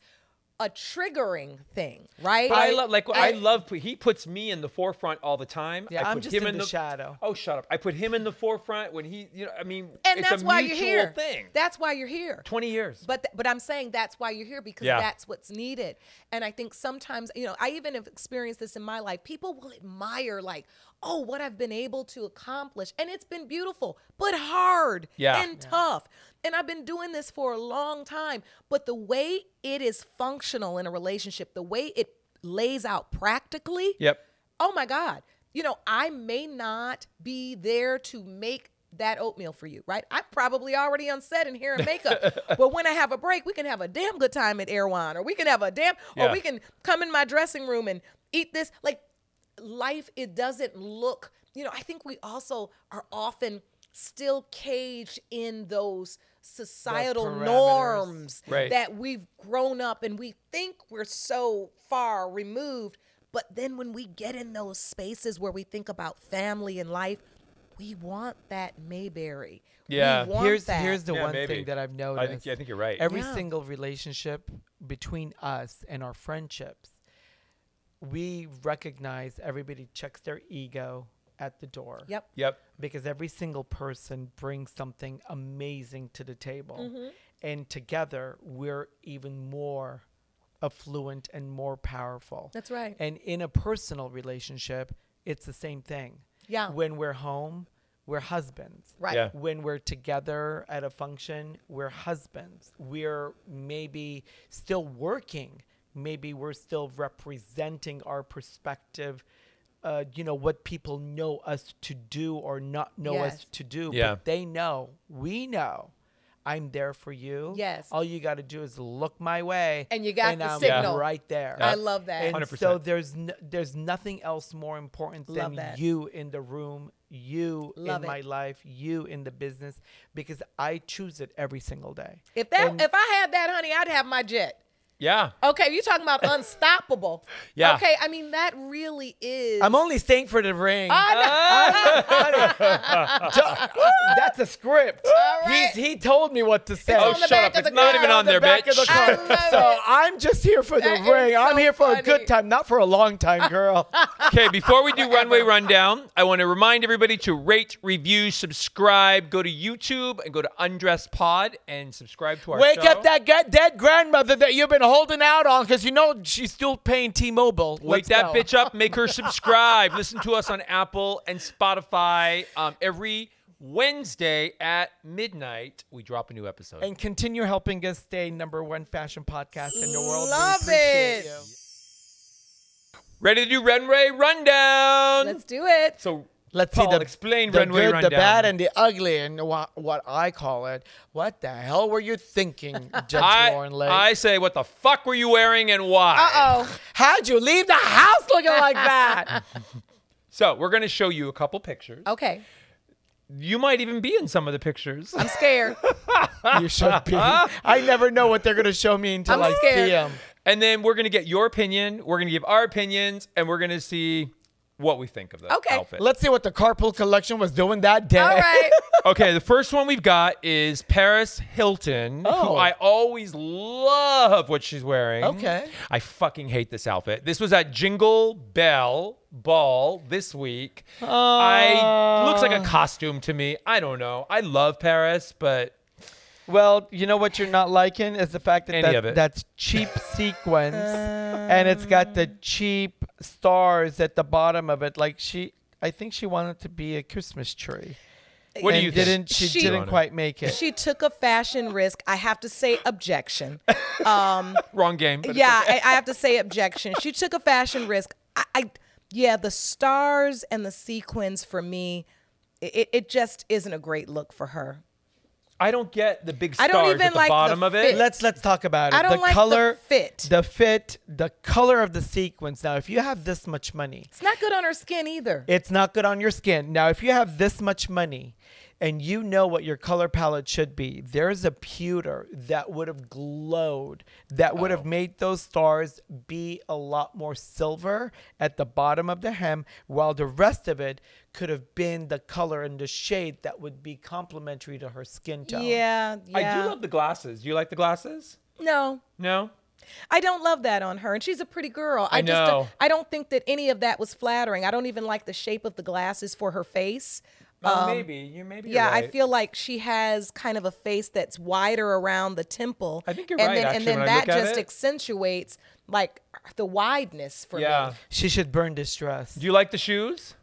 Speaker 3: a triggering thing, right?
Speaker 2: But I love like I
Speaker 3: And-
Speaker 2: love he puts me in the forefront all the time.
Speaker 1: Yeah,
Speaker 2: I
Speaker 1: I'm
Speaker 2: put
Speaker 1: just in the shadow.
Speaker 2: Oh, shut up! I put him in the forefront when he, you know, I mean,
Speaker 3: and
Speaker 2: it's
Speaker 3: that's
Speaker 2: a
Speaker 3: why you're
Speaker 2: mutual
Speaker 3: here.
Speaker 2: thing.
Speaker 3: That's why you're here.
Speaker 2: Twenty years.
Speaker 3: But th- but I'm saying that's why you're here because
Speaker 2: Yeah.
Speaker 3: that's what's needed. And I think sometimes you know I even have experienced this in my life. People will admire like, oh, what I've been able to accomplish, and it's been beautiful, but hard
Speaker 2: Yeah.
Speaker 3: and tough. And I've been doing this for a long time. But the way it is functional in a relationship, the way it lays out practically,
Speaker 2: yep.
Speaker 3: oh my God, you know, I may not be there to make that oatmeal for you, right? I'm probably already on set and here in makeup. but when I have a break, we can have a damn good time at Erewhon, or we can have a damn,
Speaker 2: Yeah.
Speaker 3: or we can come in my dressing room and eat this. Like life, it doesn't look, you know, I think we also are often still caged in those societal
Speaker 1: parameters.
Speaker 3: norms
Speaker 2: Right.
Speaker 3: that we've grown up and we think we're so far removed. But then when we get in those spaces where we think about family and life, we want that Mayberry.
Speaker 2: Yeah.
Speaker 3: We want
Speaker 1: here's
Speaker 3: that.
Speaker 1: here's the
Speaker 2: Yeah,
Speaker 1: one
Speaker 2: maybe.
Speaker 1: thing that I've noticed.
Speaker 2: I think, yeah, I think you're right.
Speaker 1: Every
Speaker 3: Yeah.
Speaker 1: single relationship between us and our friendships, we recognize everybody checks their ego at the door.
Speaker 3: Yep.
Speaker 2: yep.
Speaker 1: Because every single person brings something amazing to the table.
Speaker 3: Mm-hmm.
Speaker 1: And together, we're even more affluent and more powerful.
Speaker 3: That's right.
Speaker 1: And in a personal relationship, it's the same thing.
Speaker 3: Yeah.
Speaker 1: When we're home, we're husbands
Speaker 3: Right.
Speaker 2: Yeah.
Speaker 1: when we're together at a function, we're husbands. We're maybe still working. Maybe we're still representing our perspective, uh, you know, what people know us to do or not know
Speaker 3: Yes.
Speaker 1: us to do.
Speaker 2: Yeah.
Speaker 1: But they know, we know, I'm there for you.
Speaker 3: Yes.
Speaker 1: All you got to do is look my way.
Speaker 3: And you got the
Speaker 1: I'm
Speaker 3: signal.
Speaker 1: right there.
Speaker 3: I love that.
Speaker 1: And
Speaker 2: 100%.
Speaker 1: so there's n there's nothing else more important
Speaker 3: Love
Speaker 1: than
Speaker 3: that.
Speaker 1: you in the room, you
Speaker 3: Love
Speaker 1: in
Speaker 3: it.
Speaker 1: my life, you in the business, because I choose it every single day.
Speaker 3: If that
Speaker 1: And
Speaker 3: if I had that, honey, I'd have my jet.
Speaker 2: Yeah.
Speaker 3: Okay, you talking about unstoppable.
Speaker 2: Yeah.
Speaker 3: Okay, I mean that really is
Speaker 1: I'm only staying for the ring.
Speaker 3: I know.
Speaker 1: That's a script.
Speaker 3: right.
Speaker 1: He's, he told me what to say.
Speaker 3: on
Speaker 2: Oh,
Speaker 3: the
Speaker 2: shut
Speaker 3: back
Speaker 2: up!
Speaker 3: of
Speaker 2: It's
Speaker 3: the
Speaker 2: not
Speaker 3: car.
Speaker 2: even
Speaker 3: On
Speaker 2: on
Speaker 1: the
Speaker 2: there,
Speaker 1: back
Speaker 2: bitch.
Speaker 1: of the
Speaker 3: I
Speaker 1: car.
Speaker 3: love
Speaker 1: So
Speaker 3: it.
Speaker 1: I'm just here for the
Speaker 3: That is
Speaker 1: ring. I'm
Speaker 3: so
Speaker 1: here for a
Speaker 3: funny.
Speaker 1: good time, not for a long time, girl.
Speaker 2: Okay, before we do runway rundown, I want to remind everybody to rate, review, subscribe. Go to YouTube and go to Undress Pod and subscribe to our
Speaker 1: Wake
Speaker 2: show.
Speaker 1: up that gut- dead grandmother that you've been holding out on because you know she's still paying T-Mobile. Let's
Speaker 2: Wake
Speaker 1: go.
Speaker 2: that bitch up. Make her subscribe. Listen to us on Apple and Spotify um, every Wednesday at midnight. We drop a new episode.
Speaker 1: and continue helping us stay number one fashion podcast in the world. We
Speaker 3: Love
Speaker 1: appreciate
Speaker 3: it.
Speaker 1: you.
Speaker 2: Ready to do runway rundown?
Speaker 3: Let's do it.
Speaker 2: so
Speaker 1: Let's
Speaker 2: Paul,
Speaker 1: see the
Speaker 2: explain
Speaker 1: the
Speaker 2: runway
Speaker 1: good,
Speaker 2: rundown.
Speaker 1: the bad, and the ugly, and what, what I call it. What the hell were you thinking, Judge
Speaker 2: I,
Speaker 1: Warren Lake?
Speaker 2: I say, what the fuck were you wearing and why?
Speaker 3: Uh oh.
Speaker 1: How'd you leave the house looking like that?
Speaker 2: So we're gonna show you a couple pictures.
Speaker 1: Oh.
Speaker 3: Okay.
Speaker 2: You might even be in some of the pictures.
Speaker 3: I'm scared.
Speaker 1: you should be. I never know what they're gonna show me until I
Speaker 3: I'm
Speaker 1: see
Speaker 3: scared.
Speaker 1: them.
Speaker 2: And then we're gonna get your opinion. We're gonna give our opinions, and we're gonna see what we think of the
Speaker 3: Okay.
Speaker 2: outfit.
Speaker 1: Let's see what the carpool collection was doing that day.
Speaker 3: All right.
Speaker 2: okay, the first one we've got is Paris Hilton, who
Speaker 1: Oh.
Speaker 2: I always love what she's wearing.
Speaker 1: Okay.
Speaker 2: I fucking hate this outfit. This was at Jingle Bell Ball this week. I looks
Speaker 3: Ah.
Speaker 2: like a costume to me. I don't know. I love Paris, but
Speaker 1: Well, you know what you're not liking is the fact that,
Speaker 2: Any of it. Uh,
Speaker 1: that that's cheap sequins and it's got the cheap stars at the bottom of it. Like she, I think she wanted to be a Christmas tree.
Speaker 2: What do
Speaker 1: and
Speaker 2: you think?
Speaker 1: didn't she,
Speaker 3: She-
Speaker 1: didn't quite make it.
Speaker 3: She took a fashion risk. I have to say objection.
Speaker 2: Wrong game. but it's
Speaker 3: yeah,
Speaker 2: okay.
Speaker 3: I, I have to say objection. She took a fashion risk. I, I yeah, the stars and the sequins for me, it- it, it just isn't a great look for her.
Speaker 2: I don't get the big
Speaker 3: I
Speaker 2: stars
Speaker 3: don't even
Speaker 2: at the
Speaker 3: like the
Speaker 2: bottom of it.
Speaker 3: fit.
Speaker 1: let's let's talk about it.
Speaker 3: I don't
Speaker 1: the
Speaker 3: like the
Speaker 1: color,
Speaker 3: fit.
Speaker 1: the fit, the color of the sequence. Now, if you have this much money,
Speaker 3: It's not good on her skin either.
Speaker 1: it's not good on your skin. Now, if you have this much money, and you know what your color palette should be, there's a pewter that would have glowed, that would have
Speaker 2: Oh.
Speaker 1: made those stars be a lot more silver at the bottom of the hem, while the rest of it could have been the color and the shade that would be complementary to her skin tone.
Speaker 3: yeah, yeah.
Speaker 2: I do love the glasses. You like the glasses?
Speaker 3: no.
Speaker 2: No.
Speaker 3: I don't love that on her, and she's a pretty girl. I,
Speaker 2: I
Speaker 3: just don't-
Speaker 2: know.
Speaker 3: I don't think that any of that was flattering. I don't even like the shape of the glasses for her face.
Speaker 2: Oh, maybe you maybe.
Speaker 3: Um, Yeah,
Speaker 2: you're
Speaker 3: I
Speaker 2: right.
Speaker 3: feel like she has kind of a face that's wider around the temple.
Speaker 2: I think you're
Speaker 3: and
Speaker 2: right,
Speaker 3: Then,
Speaker 2: actually,
Speaker 3: and then
Speaker 2: when I
Speaker 3: that
Speaker 2: look at
Speaker 3: just
Speaker 2: it.
Speaker 3: accentuates like the wideness for
Speaker 2: Yeah.
Speaker 3: me.
Speaker 1: She should burn this dress.
Speaker 2: Do you like the shoes?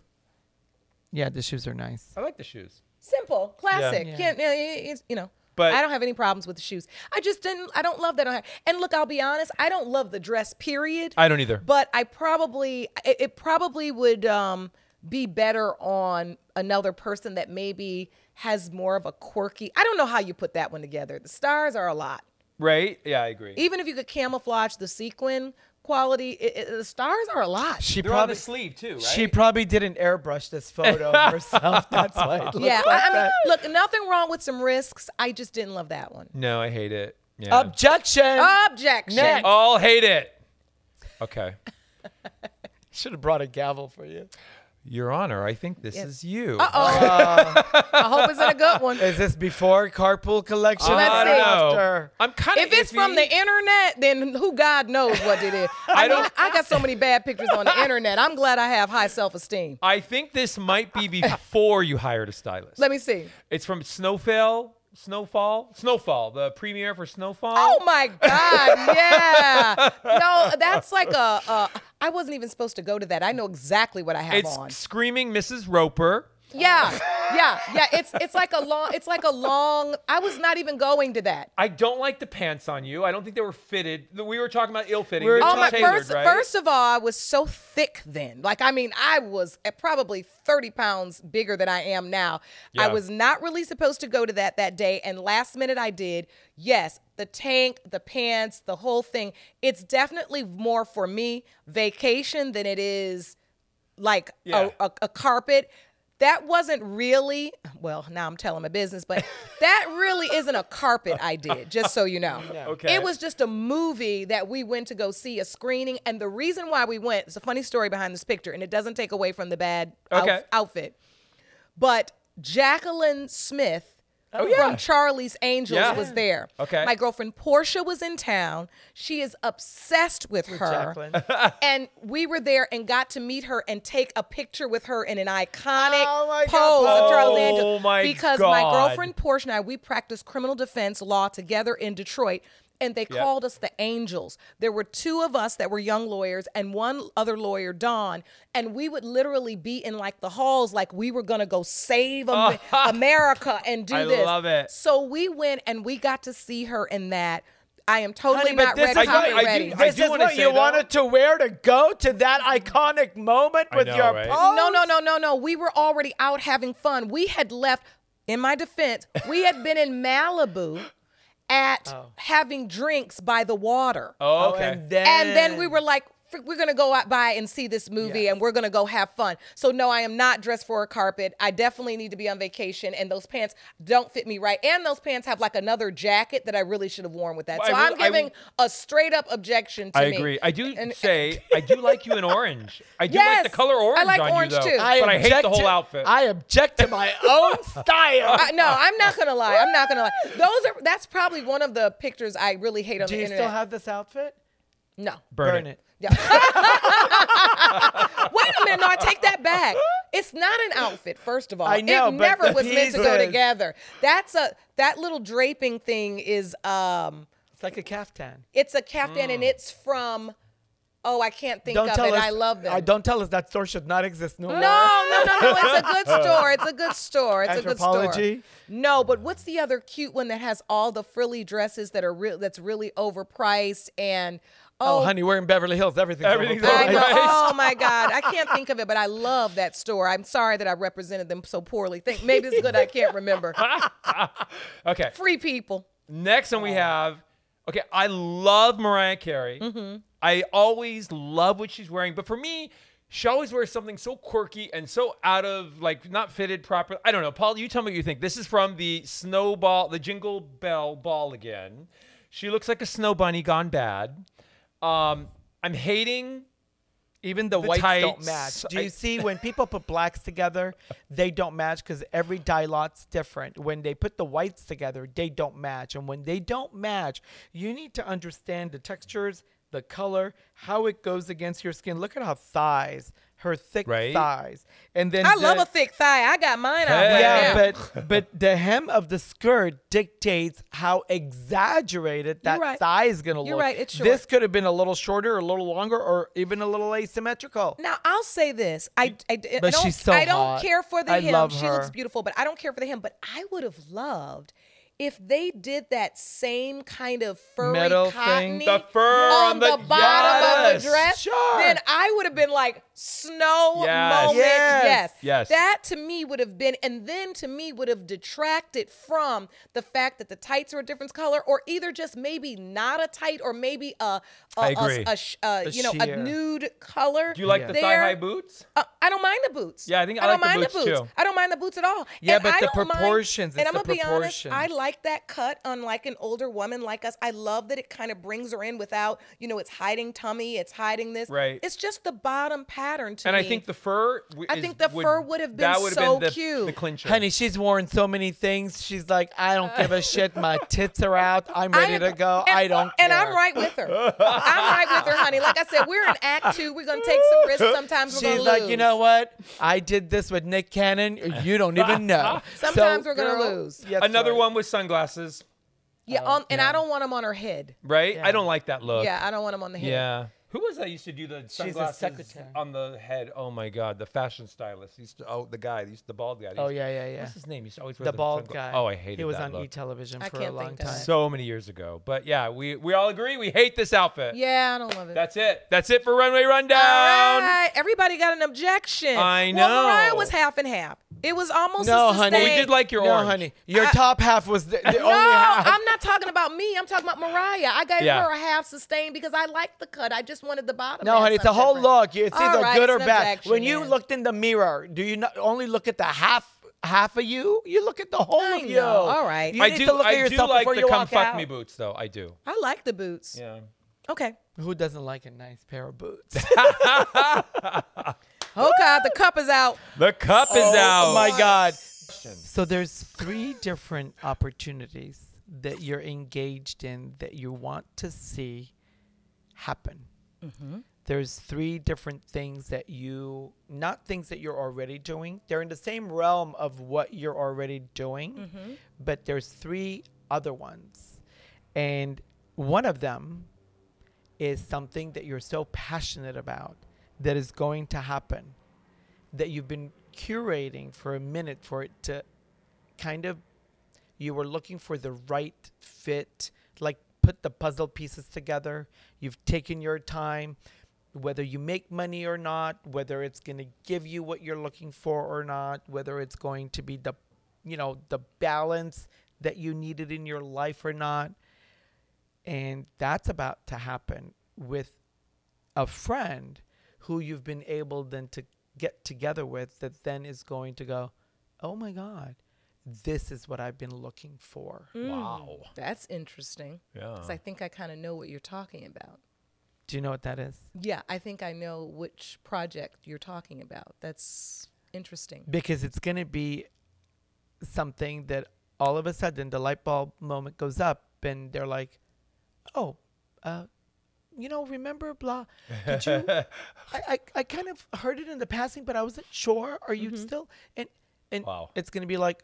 Speaker 1: Yeah, the shoes are nice.
Speaker 2: I like the shoes.
Speaker 3: Simple, classic.
Speaker 1: Yeah.
Speaker 3: Can't- yeah, yeah, it's- you know.
Speaker 2: But-
Speaker 3: I don't have any problems with the shoes. I just didn't. I don't love that on her. And look, I'll be honest. I don't love the dress. Period.
Speaker 2: I don't either.
Speaker 3: but I probably it, it probably would um, be better on another person that maybe has more of a quirky. I don't know how you put that one together. The stars are a lot.
Speaker 2: Right? Yeah, I agree.
Speaker 3: Even if you could camouflage the sequin quality, it, it- the stars are a lot.
Speaker 1: She
Speaker 2: They're on
Speaker 1: probably
Speaker 2: the sleeve too, right?
Speaker 1: She probably didn't airbrush this photo of herself. That's why. It looks
Speaker 3: Yeah,
Speaker 1: like
Speaker 3: I, I mean,
Speaker 1: that.
Speaker 3: look, nothing wrong with some risks. I just didn't love that one.
Speaker 2: no, I hate it. Yeah.
Speaker 1: Objection.
Speaker 3: Ah! Objection.
Speaker 1: Next.
Speaker 2: All hate it. Okay.
Speaker 1: Should have brought a gavel for you.
Speaker 2: Your Honor, I think this is you.
Speaker 3: Oh. I hope it's not a good one.
Speaker 1: Is this before carpool collection?
Speaker 3: Let's
Speaker 2: I
Speaker 1: or
Speaker 2: don't
Speaker 3: see.
Speaker 2: know.
Speaker 1: After?
Speaker 2: I'm kind of
Speaker 3: If it's from the internet, then who God knows what it is.
Speaker 2: I
Speaker 3: I, mean,
Speaker 2: don't-
Speaker 3: I got so many bad pictures on the internet. I'm glad I have high self esteem.
Speaker 2: I think this might be before you hired a stylist.
Speaker 3: Let me see.
Speaker 2: It's from Snowfall, Snowfall, Snowfall, the premiere for Snowfall.
Speaker 3: Oh my God! Yeah, no, that's like a. a I wasn't even supposed to go to that. I know exactly what I have
Speaker 2: it's
Speaker 3: on.
Speaker 2: screaming Mrs. Roper.
Speaker 3: Yeah, yeah, yeah. It's it's like a long. It's like a long. I was not even going to that.
Speaker 2: I don't like the pants on you. I don't think they were fitted. We were talking about ill fitting.
Speaker 1: We were
Speaker 3: Oh
Speaker 1: talking-
Speaker 3: my!
Speaker 2: tailored,
Speaker 3: First,
Speaker 2: right?
Speaker 3: first of all, I was so thick then. Like, I mean, I was at probably thirty pounds bigger than I am now. I
Speaker 2: Yeah.
Speaker 3: was not really supposed to go to that that day, and last minute I did. Yes, the tank, the pants, the whole thing. It's definitely more for me vacation than it is like
Speaker 2: Yeah.
Speaker 3: a, a, a carpet. That wasn't really, well, now I'm telling my business, but that really isn't a carpet I did, just so you know.
Speaker 2: Okay.
Speaker 3: It was just a movie that we went to go see a screening. And the reason why we went, it's a funny story behind this picture, and it doesn't take away from the bad outf-
Speaker 2: Okay.
Speaker 3: outfit. But Jacqueline Smith
Speaker 2: Oh, yeah.
Speaker 3: from Charlie's Angels
Speaker 2: Yeah.
Speaker 3: was there.
Speaker 2: Okay.
Speaker 3: My girlfriend Portia was in town. She is obsessed with her
Speaker 1: Jacqueline.
Speaker 3: and we were there and got to meet her and take a picture with her in an iconic
Speaker 1: Oh my
Speaker 3: pose
Speaker 1: God,
Speaker 3: of Charles
Speaker 2: Paul.
Speaker 3: Angel.
Speaker 2: Oh my
Speaker 3: because
Speaker 2: God.
Speaker 3: my girlfriend Portia and I, we practiced criminal defense law together in Detroit. And they called us the angels. There were two of us that were young lawyers and one other lawyer, Dawn. And we would literally be in like the halls, like we were gonna go save Am- America and do
Speaker 2: I
Speaker 3: this.
Speaker 2: love it.
Speaker 3: So we went and we got to see her in that. I am
Speaker 1: Honey,
Speaker 3: totally not
Speaker 1: but this
Speaker 3: ready.
Speaker 1: is what-
Speaker 3: Copy
Speaker 2: I do-
Speaker 3: ready.
Speaker 2: I
Speaker 1: This
Speaker 2: do
Speaker 1: is
Speaker 2: wanna
Speaker 1: what
Speaker 2: say,
Speaker 1: you
Speaker 2: though-
Speaker 1: wanted to wear to go to that iconic moment with
Speaker 2: know,
Speaker 1: your
Speaker 2: right?
Speaker 1: pose.
Speaker 3: No, no, no, no, no. We were already out having fun. We had left, in my defense, we had been in Malibu at having drinks by the water.
Speaker 2: Oh,
Speaker 1: Oh,
Speaker 2: okay.
Speaker 1: and then,
Speaker 3: And then we were like, "Frick, we're going to go out by and see this movie
Speaker 1: Yes.
Speaker 3: and we're going to go have fun. So, no, I am not dressed for a carpet. I definitely need to be on vacation. And those pants don't fit me right. And those pants have like another jacket that I really should have worn with that.
Speaker 2: Well,
Speaker 3: so,
Speaker 2: I
Speaker 3: I am
Speaker 2: will- I will-
Speaker 3: giving a straight up objection to
Speaker 2: I
Speaker 3: me.
Speaker 2: agree. I do
Speaker 3: And-
Speaker 2: say I do like you in orange. I do like
Speaker 3: Yes,
Speaker 2: the color
Speaker 3: I
Speaker 2: orange
Speaker 3: like
Speaker 2: on
Speaker 3: orange,
Speaker 2: you though.
Speaker 3: too.
Speaker 1: I
Speaker 2: but I hate
Speaker 1: object
Speaker 2: the whole
Speaker 1: to-
Speaker 2: outfit.
Speaker 1: I object to my own style.
Speaker 3: I, no, I'm not gonna lie. I'm not gonna lie. Those are that's probably one of the pictures I really hate on
Speaker 1: Do
Speaker 3: the
Speaker 1: you
Speaker 3: internet.
Speaker 1: still have this outfit?
Speaker 3: no.
Speaker 2: burn, it.
Speaker 3: Yeah. Wait a minute. No, I take that back. It's not an outfit. First of all,
Speaker 1: I know,
Speaker 3: it
Speaker 1: but
Speaker 3: never
Speaker 1: the
Speaker 3: was meant to go
Speaker 1: pieces.
Speaker 3: together. That's a that little draping thing is um
Speaker 1: It's like a caftan.
Speaker 3: it's a caftan and it's from oh, I can't think
Speaker 1: Mm. Don't
Speaker 3: of
Speaker 1: tell
Speaker 3: it.
Speaker 1: us.
Speaker 3: I love them.
Speaker 1: I don't tell us that store should not exist no, more.
Speaker 3: No, no, no, no. It's a good store. It's a good store. It's a good store.
Speaker 1: Anthropology?
Speaker 3: No, but what's the other cute one that has all the frilly dresses that are real? That's really overpriced and oh,
Speaker 1: Oh, honey, we're in Beverly Hills. Everything's,
Speaker 2: Everything's
Speaker 3: I know.
Speaker 1: overpriced.
Speaker 2: overpriced.
Speaker 3: Oh my God, I can't think of it, but I love that store. I'm sorry that I represented them so poorly. Think maybe it's good I can't remember.
Speaker 2: Okay.
Speaker 3: Free people.
Speaker 2: Next one we have. Okay, I love Mariah Carey.
Speaker 3: Mm-hmm.
Speaker 2: I always love what she's wearing, but for me, she always wears something so quirky and so out of like not fitted properly. I don't know, Paul. You tell me what you think. This is from the Snowball, the Jingle Bell Ball again. She looks like a snow bunny gone bad. Um, I'm hating.
Speaker 1: Even the,
Speaker 2: The
Speaker 1: whites don't
Speaker 2: tights,
Speaker 1: match. Do you
Speaker 2: I-
Speaker 1: see when people put blacks together, they don't match because every dye lot's different. When they put the whites together, they don't match. And when they don't match, you need to understand the textures, the color, how it goes against your skin. Look at her thighs, her thick
Speaker 2: Right.
Speaker 1: thighs, and then
Speaker 3: I
Speaker 1: the-
Speaker 3: love a thick thigh. I got mine out right
Speaker 1: yeah,
Speaker 3: now.
Speaker 1: but but the hem of the skirt dictates how exaggerated that
Speaker 3: right.
Speaker 1: thigh is gonna look.
Speaker 3: You're right, it's
Speaker 1: This
Speaker 3: short.
Speaker 1: could have been a little shorter, a little longer, or even a little asymmetrical.
Speaker 3: Now I'll say this: I, I, I
Speaker 1: But
Speaker 3: don't,
Speaker 1: she's so
Speaker 3: I don't
Speaker 1: hot.
Speaker 3: care for the
Speaker 1: I
Speaker 3: hymn.
Speaker 1: love
Speaker 3: She looks
Speaker 1: her.
Speaker 3: beautiful, but I don't care for the hymn. But I would have loved if they did that same kind of furry
Speaker 1: Metal thing.
Speaker 3: cottony
Speaker 2: The fur
Speaker 3: on
Speaker 2: on
Speaker 3: the,
Speaker 2: the-
Speaker 3: bottom
Speaker 2: Yes.
Speaker 3: of the dress.
Speaker 1: Sure.
Speaker 3: Then I would have been like snow
Speaker 2: Yes.
Speaker 3: moment.
Speaker 1: Yes.
Speaker 3: Yes.
Speaker 2: Yes.
Speaker 3: That to me would have been, and then to me would have detracted from the fact that the tights are a different color, or either just maybe not a tight, or maybe a a-
Speaker 2: I
Speaker 3: a-
Speaker 2: agree.
Speaker 3: a sh- uh,
Speaker 1: A
Speaker 3: you know a
Speaker 1: sheer.
Speaker 3: nude color.
Speaker 2: Do you like the
Speaker 3: there.
Speaker 2: thigh high boots?
Speaker 3: Uh, I don't mind the boots.
Speaker 2: Yeah, I think I
Speaker 3: don't
Speaker 2: like the
Speaker 3: mind
Speaker 2: boots, too.
Speaker 3: I don't mind the boots at all.
Speaker 1: Yeah,
Speaker 3: And
Speaker 1: but
Speaker 3: I
Speaker 1: the
Speaker 3: don't mind-
Speaker 1: proportions,
Speaker 3: and
Speaker 1: it's
Speaker 3: I'm
Speaker 1: the
Speaker 3: gonna be honest, I
Speaker 1: proportions.
Speaker 3: like that cut. Unlike an older woman like us, I love that it kind of brings her in without, you know, it's hiding tummy, it's hiding this.
Speaker 2: Right.
Speaker 3: It's just the bottom pattern to
Speaker 2: And
Speaker 3: me.
Speaker 2: I think the fur. w-
Speaker 3: I
Speaker 2: is-
Speaker 3: think the fur would have been
Speaker 2: that would
Speaker 3: so
Speaker 2: have been the,
Speaker 3: cute.
Speaker 2: The clincher.
Speaker 1: Honey, she's worn so many things. She's like, I don't give a shit. My tits are out. I'm
Speaker 3: I
Speaker 1: ready
Speaker 3: am-
Speaker 1: to go.
Speaker 3: and-
Speaker 1: I don't
Speaker 3: And
Speaker 1: care.
Speaker 3: I'm right with her. I'm right with her, honey. Like I said, we're in act two. We're gonna take some risks. Sometimes we're
Speaker 1: She's
Speaker 3: gonna
Speaker 1: like,
Speaker 3: lose.
Speaker 1: you know what? I did this with Nick Cannon. You don't even know. So,
Speaker 3: Sometimes we're gonna
Speaker 1: girl,
Speaker 3: lose.
Speaker 1: yes,
Speaker 2: Another
Speaker 1: right.
Speaker 2: one with sunglasses,
Speaker 3: Yeah, on, and I don't want them on her head.
Speaker 2: right? I
Speaker 1: Yeah.
Speaker 2: don't like that look.
Speaker 3: Yeah, I don't want them on the head.
Speaker 2: Yeah. Who was that used to do the sunglasses
Speaker 1: secretary.
Speaker 2: on the head? Oh my God, the fashion stylist. He used to, oh, the guy, he used, the bald guy. He
Speaker 1: Oh
Speaker 2: used-
Speaker 1: yeah, yeah, yeah.
Speaker 2: What's his name? He used to always wear
Speaker 1: The bald
Speaker 2: sungla-
Speaker 1: guy.
Speaker 2: Oh, I hated
Speaker 1: He was
Speaker 2: that
Speaker 1: on
Speaker 2: look.
Speaker 1: E television
Speaker 3: I
Speaker 1: for a
Speaker 3: can't
Speaker 1: long
Speaker 3: think of it.
Speaker 1: time.
Speaker 2: So many years ago. But yeah, we, we all agree we hate this outfit.
Speaker 3: Yeah, I don't love it.
Speaker 2: That's it. That's it for Runway Rundown.
Speaker 3: All right. Everybody got an objection.
Speaker 2: I
Speaker 3: Well, Mariah
Speaker 2: know.
Speaker 3: was half and half. It was almost
Speaker 1: no,
Speaker 3: a
Speaker 1: honey.
Speaker 3: sustained.
Speaker 2: We did like your
Speaker 1: no,
Speaker 2: orange.
Speaker 1: honey. Your
Speaker 3: I-
Speaker 1: top half was the, the
Speaker 3: No,
Speaker 1: only half.
Speaker 3: I'm not talking about me. I'm talking about Mariah. I gave
Speaker 2: Yeah.
Speaker 3: her a half sustained because I liked the cut. I just wanted the bottom.
Speaker 1: No,
Speaker 3: half
Speaker 1: honey, it's a
Speaker 3: something
Speaker 1: whole
Speaker 3: different.
Speaker 1: look. It's
Speaker 3: All
Speaker 1: either
Speaker 3: right,
Speaker 1: good or
Speaker 3: it's an
Speaker 1: bad.
Speaker 3: objection
Speaker 1: When you
Speaker 3: then.
Speaker 1: looked in the mirror, do you not only look at the half half of you? You look at the whole
Speaker 3: I
Speaker 1: of you.
Speaker 3: know. All right.
Speaker 1: You
Speaker 2: I
Speaker 1: need
Speaker 2: do,
Speaker 1: to look
Speaker 2: I
Speaker 1: at yourself
Speaker 2: do like
Speaker 1: before
Speaker 2: the
Speaker 1: you
Speaker 2: come
Speaker 1: walk
Speaker 2: fuck
Speaker 1: out.
Speaker 2: me boots, though. I do.
Speaker 3: I like the boots.
Speaker 2: Yeah.
Speaker 3: Okay.
Speaker 1: Who doesn't like a nice pair of boots?
Speaker 3: Oh God, the cup is out.
Speaker 2: The cup is out.
Speaker 1: Oh my God. So there's three different opportunities that you're engaged in that you want to see happen. Mm-hmm. There's three different things that you, not things that you're already doing. They're in the same realm of what you're already doing, but there's three other ones. And one of them is something that you're so passionate about that is going to happen that you've been curating for a minute for it to kind of you were looking for the right fit like put the puzzle pieces together you've taken your time whether you make money or not whether it's going to give you what you're looking for or not whether it's going to be the you know the balance that you needed in your life or not and that's about to happen with a friend who you've been able then to get together with that then is going to go, oh my God, this is what I've been looking for.
Speaker 2: Mm. Wow.
Speaker 3: That's interesting.
Speaker 2: Yeah.
Speaker 3: 'Cause I think I kind of know what you're talking about.
Speaker 1: Do you know what that is?
Speaker 3: Yeah, I think I know which project you're talking about. That's interesting.
Speaker 1: Because it's going to be something that all of a sudden the light bulb moment goes up and they're like, oh, uh, you know, remember blah? Did you? I, I, I kind of heard it in the passing, but I wasn't sure. Are you still? And and
Speaker 2: Wow.
Speaker 1: it's gonna be like,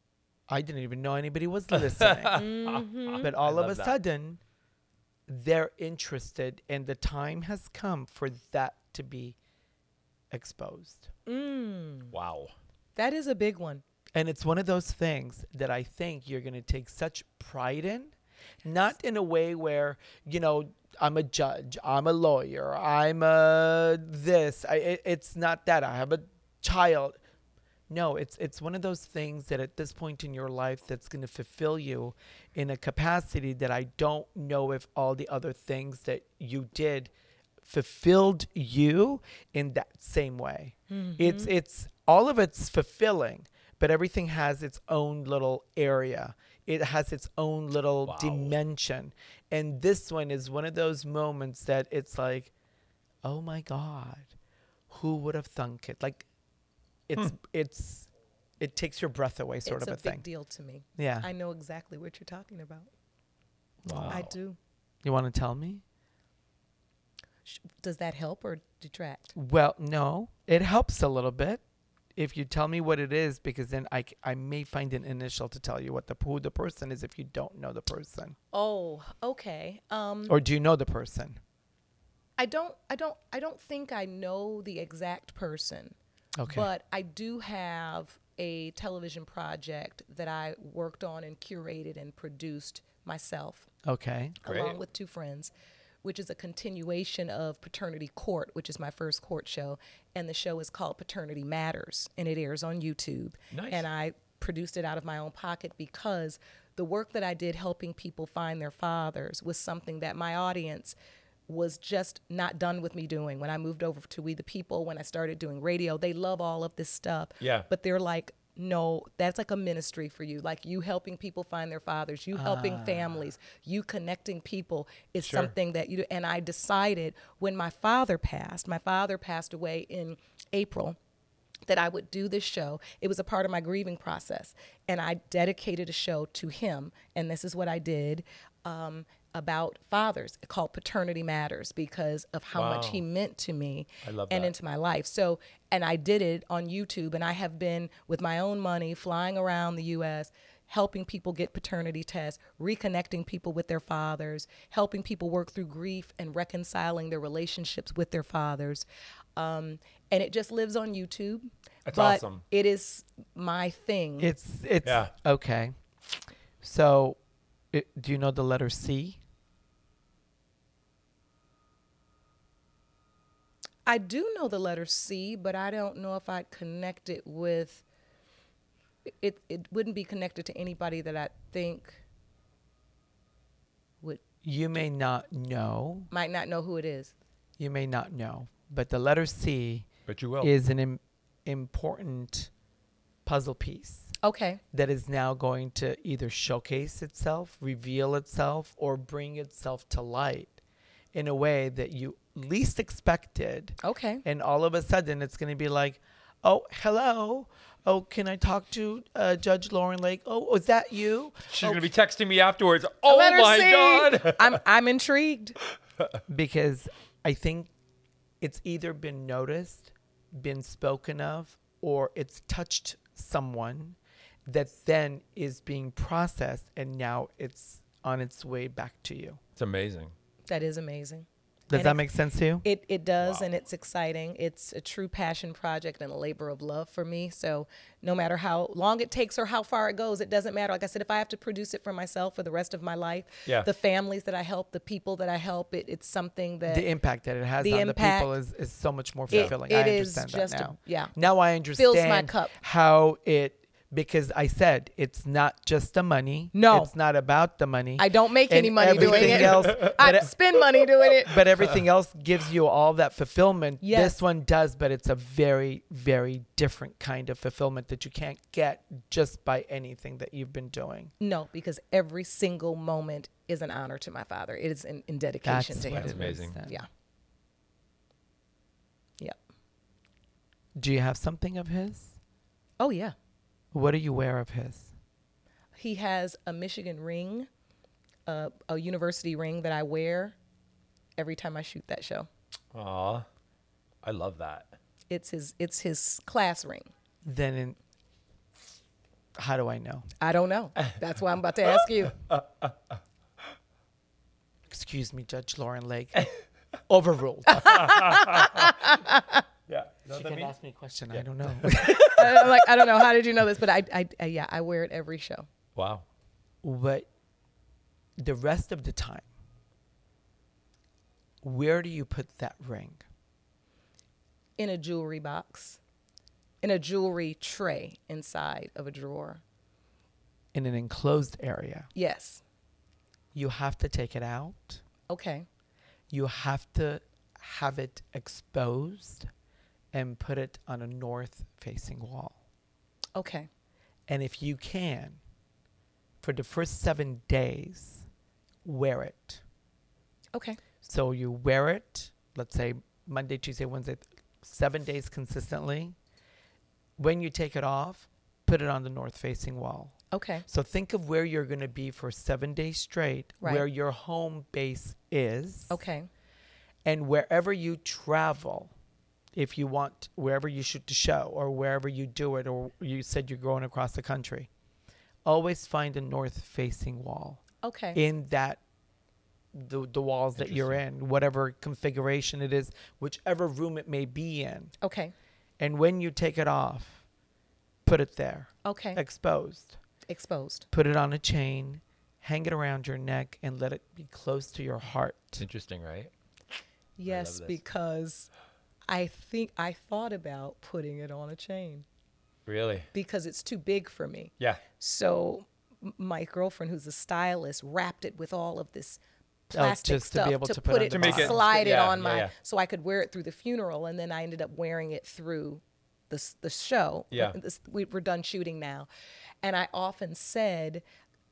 Speaker 1: I didn't even know anybody was listening. But all of
Speaker 2: love
Speaker 1: a
Speaker 2: that.
Speaker 1: sudden, they're interested, and the time has come for that to be exposed.
Speaker 2: Wow.
Speaker 3: That is a big one.
Speaker 1: And it's one of those things that I think you're going to take such pride in, not in a way where, you know, I'm a judge, I'm a lawyer, I'm a this. I, it, it's not that. I have a child. No, it's it's one of those things that at this point in your life that's going to fulfill you in a capacity that I don't know if all the other things that you did fulfilled you in that same way. It's
Speaker 3: Mm-hmm.
Speaker 1: it's all of it's fulfilling, but everything has its own little area. It has its own little dimension. And this one is one of those moments that it's like, oh my God, who would have thunk it? Like it's it's it takes your breath away sort
Speaker 3: Hmm. it's
Speaker 1: of a,
Speaker 3: a, big
Speaker 1: thing.
Speaker 3: deal to me.
Speaker 1: Yeah.
Speaker 3: I know exactly what you're talking about. I do.
Speaker 1: You want to tell me?
Speaker 3: Sh- Does that help or detract?
Speaker 1: Well, no, it helps a little bit if you tell me what it is, because then I, c- I may find an initial to tell you what the who the person is if you don't know the person,
Speaker 3: Oh, okay. Um,
Speaker 1: or do you know the person?
Speaker 3: I don't, I don't, I don't think I know the exact person.
Speaker 1: Okay.
Speaker 3: But I do have a television project that I worked on and curated and produced myself
Speaker 1: Okay.
Speaker 2: Great.
Speaker 3: along with two friends, which is a continuation of Paternity Court, which is my first court show. And the show is called Paternity Matters, and it airs on YouTube.
Speaker 2: Nice.
Speaker 3: And I produced it out of my own pocket because the work that I did helping people find their fathers was something that my audience was just not done with me doing when I moved over to We the People, when I started doing radio. They love all of this stuff.
Speaker 2: Yeah.
Speaker 3: But they're like, no, that's like a ministry for you. Like you helping people find their fathers, you helping
Speaker 2: Ah.
Speaker 3: families, you connecting people is something that you do. And I decided when my father passed, my father passed away in April that I would do this show. It was a part of my grieving process, and I dedicated a show to him. And this is what I did um, about fathers called Paternity Matters because of how much
Speaker 2: Wow.
Speaker 3: he meant to me
Speaker 2: I love
Speaker 3: and
Speaker 2: that.
Speaker 3: into my life. So, and I did it on YouTube, and I have been with my own money flying around the US. Helping people get paternity tests, reconnecting people with their fathers, helping people work through grief and reconciling their relationships with their fathers. Um, and it just lives on YouTube.
Speaker 2: That's
Speaker 3: but
Speaker 2: awesome.
Speaker 3: It is my thing.
Speaker 1: It's it's
Speaker 2: Yeah.
Speaker 1: okay. So, it, do you know the letter C?
Speaker 3: I do know the letter C, but I don't know if I'd connect it with. It it wouldn't be connected to anybody that I think would
Speaker 1: You may not know.
Speaker 3: might not know who it is.
Speaker 1: You may not know, but the letter C
Speaker 2: But you will.
Speaker 1: is an Im- important puzzle piece.
Speaker 3: Okay.
Speaker 1: that is now going to either showcase itself, reveal itself, or bring itself to light in a way that you least expected.
Speaker 3: Okay.
Speaker 1: And all of a sudden, it's going to be like, oh, hello. Oh, can I talk to uh, Judge Lauren Lake? Oh, is that you?
Speaker 2: She's gonna be texting me afterwards. Oh
Speaker 3: Letter
Speaker 2: my
Speaker 3: C.
Speaker 2: god.
Speaker 3: I'm I'm intrigued.
Speaker 1: Because I think it's either been noticed, been spoken of, or it's touched someone that then is being processed and now it's on its way back to you.
Speaker 2: It's amazing.
Speaker 3: That is amazing.
Speaker 1: Does
Speaker 3: And
Speaker 1: that
Speaker 3: if-
Speaker 1: make sense to you?
Speaker 3: It it does, and it's exciting. It's a true passion project and a labor of love for me. So no matter how long it takes or how far it goes, it doesn't matter. Like I said, if I have to produce it for myself for the rest of my life,
Speaker 2: Yeah.
Speaker 3: the families that I help, the people that I help, it, it's something that
Speaker 1: the impact that it has
Speaker 3: the
Speaker 1: on
Speaker 3: impact-
Speaker 1: the people is, is so much more fulfilling. I
Speaker 3: it is
Speaker 1: understand
Speaker 3: just a-
Speaker 1: that now.
Speaker 3: yeah.
Speaker 1: Now I understand
Speaker 3: my cup.
Speaker 1: how it because I said it's not just the money.
Speaker 3: No.
Speaker 1: it's not about the money.
Speaker 3: I don't make
Speaker 1: and
Speaker 3: any money doing
Speaker 1: everything
Speaker 3: it.
Speaker 1: Else, e-
Speaker 3: I
Speaker 1: but,
Speaker 3: spend money doing it.
Speaker 1: but everything else gives you all that fulfillment.
Speaker 3: Yes.
Speaker 1: This one does, but it's a very, very different kind of fulfillment that you can't get just by anything that you've been doing.
Speaker 3: No, because every single moment is an honor to my father. It is in, in
Speaker 1: That's
Speaker 3: dedication to
Speaker 1: what
Speaker 3: him.
Speaker 1: it is
Speaker 2: amazing.
Speaker 1: then.
Speaker 3: Yeah. Yep.
Speaker 1: Do you have something of his?
Speaker 3: Oh yeah.
Speaker 1: What are you aware of his?
Speaker 3: He has a Michigan ring, uh, a university ring that I wear every time I shoot that show.
Speaker 2: Aw. I love that.
Speaker 3: It's his it's his class ring.
Speaker 1: Then, in, how do I know?
Speaker 3: I don't know. That's why I'm about to ask you.
Speaker 1: Excuse me, Judge Lauren Lake. Overruled.
Speaker 2: Yeah.
Speaker 1: she
Speaker 2: You know what that
Speaker 1: can
Speaker 2: means?
Speaker 1: ask me a question. I don't know.
Speaker 3: I- I'm like, I don't know. How did you know this? But I, I, I yeah, I wear it every show.
Speaker 2: Wow.
Speaker 1: but the rest of the time, where do you put that ring?
Speaker 3: in a jewelry box, in a jewelry tray inside of a drawer.
Speaker 1: In an enclosed area.
Speaker 3: Yes.
Speaker 1: You have to take it out.
Speaker 3: Okay.
Speaker 1: You have to have it exposed and put it on a north facing wall.
Speaker 3: Okay.
Speaker 1: And if you can, for the first seven days, wear it.
Speaker 3: Okay.
Speaker 1: So you wear it, let's say Monday, Tuesday, Wednesday, th- seven days consistently. When you take it off, put it on the north facing wall.
Speaker 3: Okay.
Speaker 1: So think of where you're going to be for seven days straight,
Speaker 3: Right.
Speaker 1: where your home base is.
Speaker 3: Okay.
Speaker 1: And wherever you travel, if you want, wherever you shoot the show or wherever you do it, or you said you're going across the country, always find a north facing wall
Speaker 3: Okay.
Speaker 1: in that the, the walls that you're in whatever configuration it is whichever room it may be in
Speaker 3: okay.
Speaker 1: and when you take it off put it there
Speaker 3: Okay.
Speaker 1: exposed
Speaker 3: Exposed.
Speaker 1: put it on a chain hang it around your neck and let it be close to your heart
Speaker 2: It's interesting, right?
Speaker 3: Yes,
Speaker 2: this.
Speaker 3: because I think I thought about putting it on a chain
Speaker 2: Really?
Speaker 3: because it's too big for me.
Speaker 2: Yeah.
Speaker 3: So m- my girlfriend, who's a stylist, wrapped it with all of this
Speaker 1: Oh,
Speaker 3: plastic
Speaker 1: just to be
Speaker 3: stuff
Speaker 1: able to put on the
Speaker 3: it,
Speaker 2: To make bottom. it-
Speaker 3: slide it
Speaker 2: yeah,
Speaker 3: on
Speaker 2: yeah,
Speaker 3: my,
Speaker 2: yeah.
Speaker 3: so I could wear it through the funeral, and then I ended up wearing it through the s- the show.
Speaker 2: Yeah.
Speaker 3: This- we, we're done shooting now, and I often said,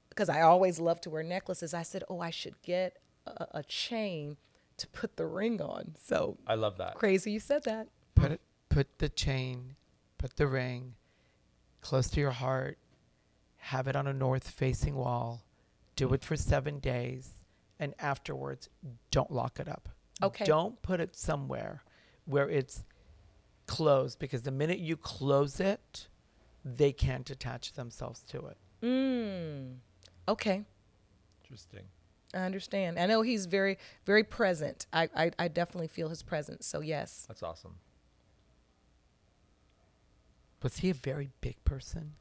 Speaker 3: because I always love to wear necklaces, I said, oh, I should get a, a chain to put the ring on. So
Speaker 2: I love that.
Speaker 3: crazy, you said that.
Speaker 1: put it put the chain put the ring close to your heart have it on a north facing wall do it for 7 days and afterwards don't lock it up
Speaker 3: Okay.
Speaker 1: don't put it somewhere where it's closed because the minute you close it they can't attach themselves to it Mm.
Speaker 3: Okay.
Speaker 2: Interesting.
Speaker 3: I understand. I know he's very, very present. I, I, I definitely feel his presence. So yes.
Speaker 2: That's awesome.
Speaker 1: was he a very big person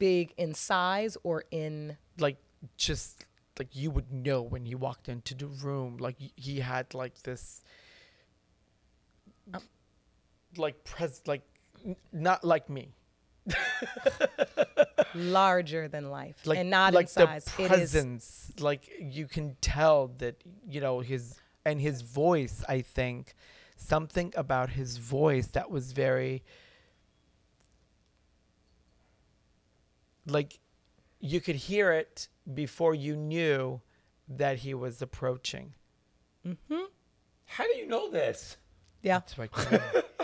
Speaker 3: big in size or in
Speaker 1: like just like you would know when he walked into the room like y- he had like this like pres like n- not like me
Speaker 3: larger than life
Speaker 1: like
Speaker 3: and not
Speaker 1: like
Speaker 3: in size.
Speaker 1: the
Speaker 3: It is
Speaker 1: presence like you can tell that you know his and his voice i think something about his voice that was very like you could hear it before you knew that he was approaching
Speaker 2: How do you know this?
Speaker 3: yeah.
Speaker 1: so I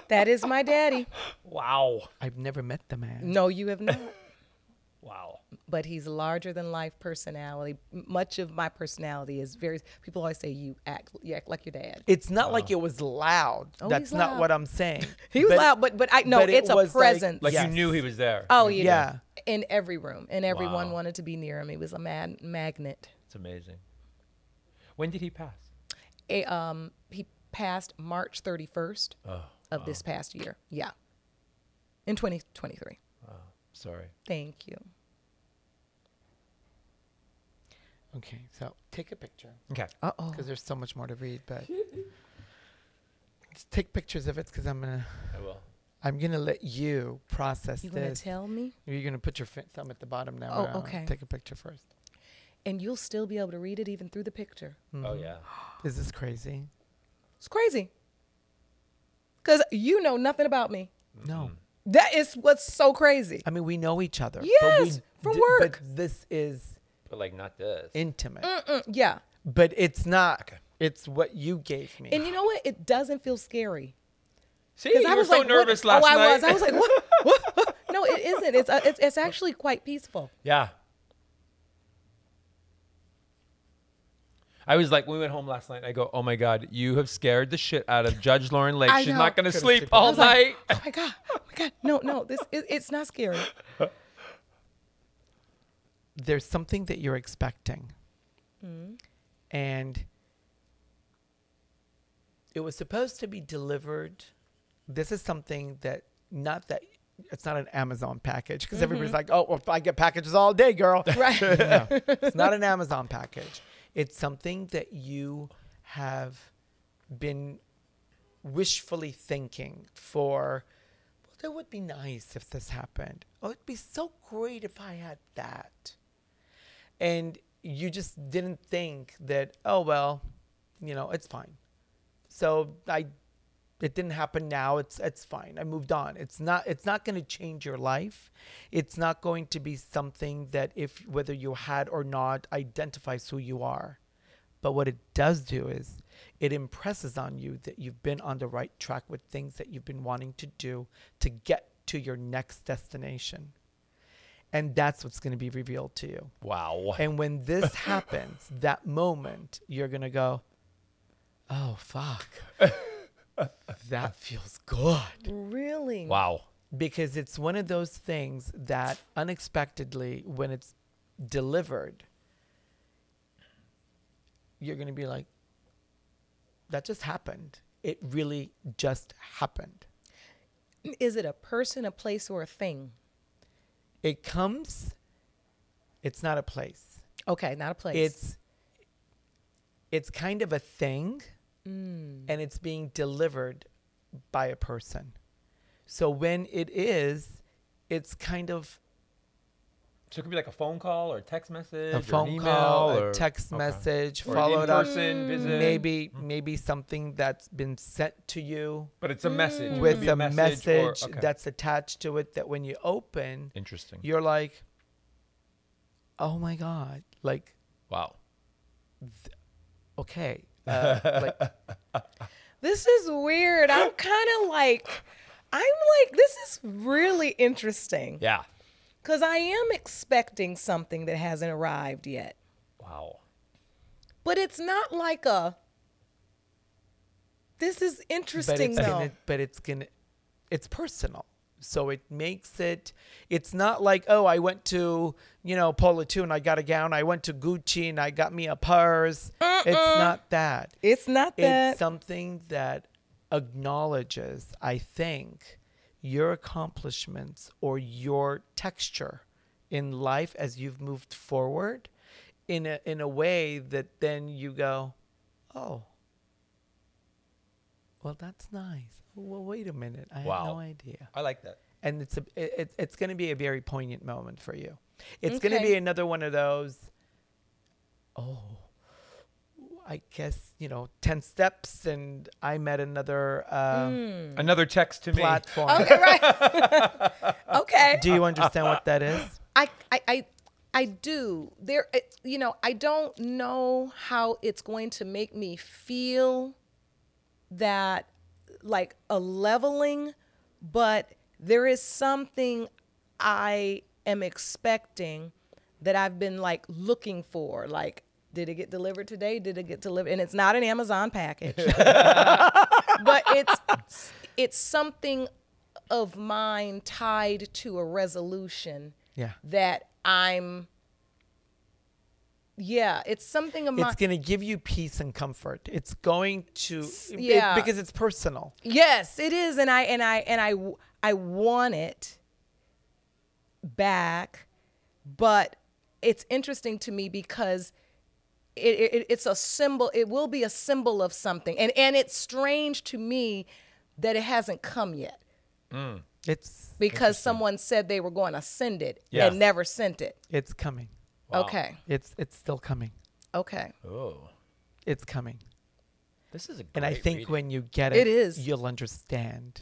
Speaker 3: That is my daddy.
Speaker 2: Wow.
Speaker 1: i've never met the man
Speaker 3: No, you have not.
Speaker 2: Wow.
Speaker 3: But he's larger than life personality. M- Much of my personality is very. People always say you act, you act like your dad.
Speaker 1: it's not like it was loud
Speaker 3: Oh,
Speaker 1: that's
Speaker 3: he's
Speaker 1: not
Speaker 3: loud.
Speaker 1: what i'm saying
Speaker 3: He was
Speaker 1: But-
Speaker 3: loud, but but I no,
Speaker 1: but it
Speaker 3: it's a
Speaker 1: was like-
Speaker 3: presence.
Speaker 2: Like
Speaker 1: Yes.
Speaker 2: you knew he was there.
Speaker 3: oh yeah,
Speaker 1: Yeah.
Speaker 3: in every room, and everyone
Speaker 2: Wow.
Speaker 3: wanted to be near him. He was a mad magnet.
Speaker 2: It's amazing. When did he pass?
Speaker 3: A, um, he passed March thirty first
Speaker 2: Oh,
Speaker 3: of this past year. Yeah, in twenty twenty three.
Speaker 2: sorry.
Speaker 3: Thank you.
Speaker 1: okay so take a picture
Speaker 2: Okay.
Speaker 3: Uh oh.
Speaker 1: because there's so much more to read. But just take pictures of it because I'm gonna
Speaker 2: I will.
Speaker 1: I'm gonna let you process
Speaker 3: You gonna
Speaker 1: this.
Speaker 3: tell me?
Speaker 1: You're gonna put your fi- thumb at the bottom now.
Speaker 3: Oh,
Speaker 1: and I'll
Speaker 3: okay.
Speaker 1: Take a picture first.
Speaker 3: And you'll still be able to read it even through the picture.
Speaker 2: Oh yeah.
Speaker 1: Is this crazy?
Speaker 3: It's crazy. Cause you know nothing about me.
Speaker 1: No.
Speaker 3: That is what's so crazy.
Speaker 1: I mean, we know each other.
Speaker 3: Yes,
Speaker 1: but we
Speaker 3: from
Speaker 1: d-
Speaker 3: work.
Speaker 1: But this is
Speaker 2: But like not this.
Speaker 1: intimate.
Speaker 3: Mm, yeah.
Speaker 1: But it's not. It's what you gave me.
Speaker 3: And you know what? It doesn't feel scary.
Speaker 2: See,
Speaker 3: Because
Speaker 2: you
Speaker 3: I
Speaker 2: were
Speaker 3: was
Speaker 2: so
Speaker 3: like, what-
Speaker 2: nervous last
Speaker 3: oh, I
Speaker 2: night.
Speaker 3: was. I was like, what? what? No, it isn't. It's, uh, it's it's actually quite peaceful.
Speaker 2: Yeah. I was like, when we went home last night. I go, oh my god, you have scared the shit out of Judge Lauren Lake.
Speaker 3: I
Speaker 2: She's
Speaker 3: know.
Speaker 2: not gonna
Speaker 1: Could've
Speaker 2: sleep
Speaker 1: slept
Speaker 2: all
Speaker 3: I was like,
Speaker 2: night.
Speaker 3: oh my god, oh my god. No, no, this it, it's not scary.
Speaker 1: There's something that you're expecting. and it was supposed to be delivered. This is something that not that it's not an Amazon package because everybody's like, oh, well, I get packages all day, girl.
Speaker 3: Right.
Speaker 1: No, it's not an Amazon package. It's something that you have been wishfully thinking for. Well, that would be nice if this happened. Oh, it'd be so great if I had that. And you just didn't think that, oh, well, you know, it's fine. So I, it didn't happen now. It's it's fine. I moved on. It's not it's not going to change your life. It's not going to be something that if whether you had or not identifies who you are. But what it does do is it impresses on you that you've been on the right track with things that you've been wanting to do to get to your next destination. And that's what's going to be revealed to you.
Speaker 2: Wow.
Speaker 1: And when this happens, that moment, you're going to go, oh, fuck. that feels good.
Speaker 3: Really?
Speaker 2: Wow.
Speaker 1: Because it's one of those things that unexpectedly, when it's delivered, you're going to be like, that just happened. It really just happened.
Speaker 3: Is it a person, a place, or a thing?
Speaker 1: It comes, it's not a place.
Speaker 3: Okay, not a place.
Speaker 1: it's it's kind of a thing
Speaker 3: Mm.
Speaker 1: and it's being delivered by a person so when it is it's kind of
Speaker 2: So it could be like a phone call or a text message,
Speaker 1: a
Speaker 2: or an
Speaker 1: phone
Speaker 2: email,
Speaker 1: call
Speaker 2: or-
Speaker 1: a text
Speaker 2: okay.
Speaker 1: message
Speaker 2: Or an
Speaker 1: followed up
Speaker 2: in-person Mm-hmm. visit.
Speaker 1: maybe maybe something that's been sent to you
Speaker 2: but it's Mm-hmm. a message It could
Speaker 1: with
Speaker 2: be
Speaker 1: a message,
Speaker 2: or- okay.
Speaker 1: that's attached to it that when you open
Speaker 2: interesting.
Speaker 1: you're like oh my god like
Speaker 2: wow.
Speaker 1: okay uh, like
Speaker 3: this is weird. I'm kind of like, I'm like, this is really interesting
Speaker 2: Yeah.
Speaker 3: because I am expecting something that hasn't arrived yet,
Speaker 2: Wow.
Speaker 3: but it's not like a. This is
Speaker 1: but
Speaker 3: interesting
Speaker 1: it's
Speaker 3: though.
Speaker 1: gonna, but it's gonna it's personal so it makes it it's not like oh i went to you know polo 2 and i got a gown i went to gucci and i got me a purse it's not that
Speaker 3: it's not
Speaker 1: it's
Speaker 3: that.
Speaker 1: something that acknowledges i think your accomplishments or your texture in life as you've moved forward in a, in a way that then you go oh well that's nice well wait a minute i had
Speaker 2: Wow.
Speaker 1: no idea
Speaker 2: I like that.
Speaker 1: and it's a, it, it's- it's going to be a very poignant moment for you it's going to
Speaker 3: Okay.
Speaker 1: be another one of those oh i guess you know 10 steps and i'm at another uh,
Speaker 3: Mm.
Speaker 2: Another text to me.
Speaker 1: platform
Speaker 3: okay, right. okay.
Speaker 1: do you understand what that is
Speaker 3: I, I, I, I do. There, it- you know, I don't know how it's going to make me feel that like a leveling, but there is something I am expecting that I've been like looking for. Like, did it get delivered today? Did it get delivered? And it's not an Amazon package but it's it's something of mine tied to a resolution
Speaker 1: Yeah.
Speaker 3: that I'm yeah, it's something of mine.
Speaker 1: it's going to give you peace and comfort it's going to it-
Speaker 3: yeah.
Speaker 1: because it's personal
Speaker 3: yes, it is and I and I and I w- I want it back, but it's interesting to me because it, it- it, it's a symbol it will be a symbol of something and and it's strange to me that it hasn't come yet
Speaker 1: it's
Speaker 3: because someone said they were going to send it
Speaker 2: Yeah.
Speaker 3: and never sent it.
Speaker 1: it's coming
Speaker 2: Wow.
Speaker 3: Okay.
Speaker 1: it's it's still coming
Speaker 3: Okay.
Speaker 2: Oh,
Speaker 1: it's coming
Speaker 2: this is a. Great
Speaker 1: and i think
Speaker 2: reading.
Speaker 1: when you get it
Speaker 3: It is.
Speaker 1: you'll understand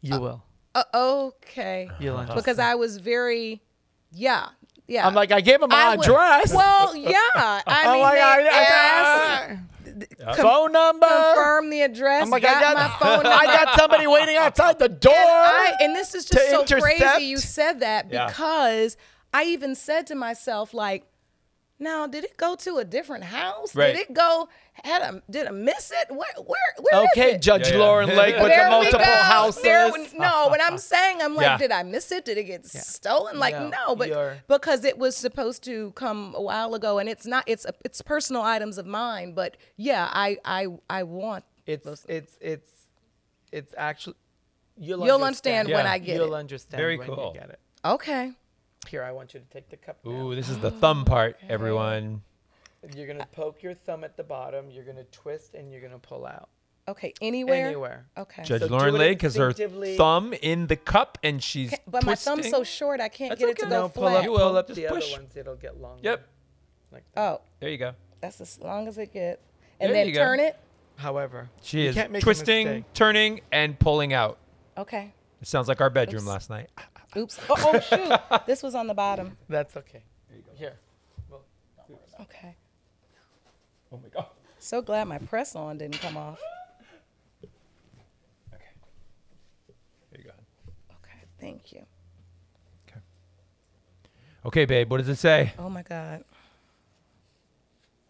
Speaker 1: you will
Speaker 3: Uh, okay.
Speaker 1: you'll understand
Speaker 3: Because I was very, yeah, yeah.
Speaker 1: I'm like, I gave him my
Speaker 3: I would-
Speaker 1: address.
Speaker 3: Well, yeah. I
Speaker 1: I'm
Speaker 3: mean,
Speaker 1: like,
Speaker 3: they
Speaker 1: I- I-
Speaker 3: asked,
Speaker 1: I- phone number.
Speaker 3: confirm the address.
Speaker 1: I'm like,
Speaker 3: got,
Speaker 1: I got
Speaker 3: my phone number.
Speaker 1: I got somebody waiting outside the door.
Speaker 3: And, I- and this is just
Speaker 1: to
Speaker 3: so
Speaker 1: intercept.
Speaker 3: crazy you said that
Speaker 2: Yeah.
Speaker 3: because I even said to myself, like, now, did it go to a different house?
Speaker 2: Right.
Speaker 3: Did it go? had I did I miss it? Where where where is
Speaker 1: okay,
Speaker 3: it?
Speaker 1: Judge
Speaker 2: Yeah, yeah.
Speaker 1: Lauren Lake with
Speaker 3: there
Speaker 1: the multiple
Speaker 3: we go.
Speaker 1: houses.
Speaker 3: There, no, when I'm saying I'm like,
Speaker 2: Yeah.
Speaker 3: did I miss it? Did it get stolen? Like no,
Speaker 1: No,
Speaker 3: but
Speaker 1: you're-
Speaker 3: because it was supposed to come a while ago, and it's not. It's a, it's personal items of mine, but yeah, I I I want.
Speaker 1: it's it's it's it's actually you'll,
Speaker 3: You'll understand
Speaker 2: when Yeah. I
Speaker 3: get
Speaker 1: you'll
Speaker 3: it.
Speaker 1: understand
Speaker 2: Very
Speaker 1: when
Speaker 2: cool.
Speaker 1: you get it.
Speaker 3: Okay,
Speaker 1: Here, I want you to take the cup. now.
Speaker 2: Ooh, this is the thumb part, everyone.
Speaker 1: You're gonna poke your thumb at the bottom. You're gonna twist and you're gonna pull out
Speaker 3: okay, anywhere.
Speaker 1: anywhere.
Speaker 3: Okay.
Speaker 2: Judge
Speaker 1: So do
Speaker 2: Lauren
Speaker 1: it
Speaker 2: Lake has her
Speaker 1: instinctively.
Speaker 2: thumb in the cup and she's
Speaker 3: But my thumb's so
Speaker 2: twisting.
Speaker 3: short, I can't
Speaker 2: That's
Speaker 3: get it to
Speaker 2: okay.
Speaker 3: go
Speaker 2: No,
Speaker 1: Pull up,
Speaker 3: flat.
Speaker 2: You will.
Speaker 1: pull up
Speaker 2: Just
Speaker 1: the
Speaker 2: push.
Speaker 1: other ones. It'll get longer.
Speaker 2: Yep.
Speaker 1: Like that.
Speaker 3: Oh,
Speaker 2: There you go.
Speaker 3: that's as long as it gets, and
Speaker 2: There
Speaker 3: then
Speaker 2: you go.
Speaker 3: turn it.
Speaker 1: However,
Speaker 2: She
Speaker 1: you
Speaker 2: is
Speaker 1: can't make a
Speaker 2: twisting,
Speaker 1: mistake.
Speaker 2: turning, and pulling out.
Speaker 3: Okay.
Speaker 2: It sounds like our bedroom last night.
Speaker 3: Oops. Oh, oh shoot. this was on the bottom.
Speaker 1: That's okay. Here.
Speaker 3: Okay.
Speaker 2: Oh my god.
Speaker 3: So glad my press on didn't come off.
Speaker 2: There you go.
Speaker 3: Okay, thank you.
Speaker 2: Okay, babe, what does it say?
Speaker 3: Oh my God.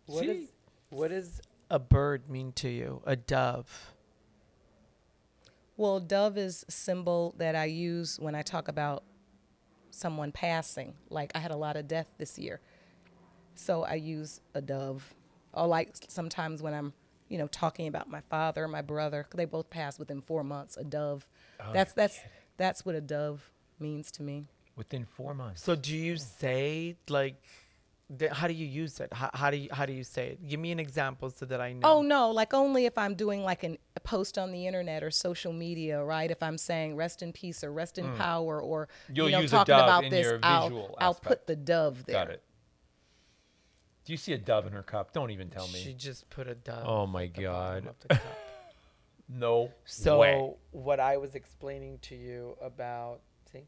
Speaker 1: What
Speaker 2: See?
Speaker 1: is- what does a bird mean to you? A dove.
Speaker 3: Well, dove is a symbol that I use when I talk about someone passing. Like I had a lot of death this year, so I use a dove. Or like sometimes when I'm, you know, talking about my father, my brother, 'cause they both passed within four months. A dove. that's that's that's what a dove means to me.
Speaker 2: Within four months.
Speaker 1: So do you say like, th- how do you use it? How, how do you how do you say it? Give me an example so that I know.
Speaker 3: Oh no, like only if I'm doing like an, a post on the internet or social media, right? If I'm saying rest in peace or rest in power or
Speaker 2: Mm. You'll
Speaker 3: you know
Speaker 2: use a
Speaker 3: talking
Speaker 2: dove
Speaker 3: about
Speaker 2: in
Speaker 3: this,
Speaker 2: your
Speaker 3: I'll,
Speaker 2: visual
Speaker 3: I'll
Speaker 2: aspect.
Speaker 3: put the dove there.
Speaker 2: Got it. Do you see a dove in her cup? Don't even tell me.
Speaker 1: She just put a dove.
Speaker 2: oh my
Speaker 1: at the bottom
Speaker 2: god.
Speaker 1: of the cup.
Speaker 2: No.
Speaker 1: So
Speaker 2: way.
Speaker 1: what I was explaining to you about. See?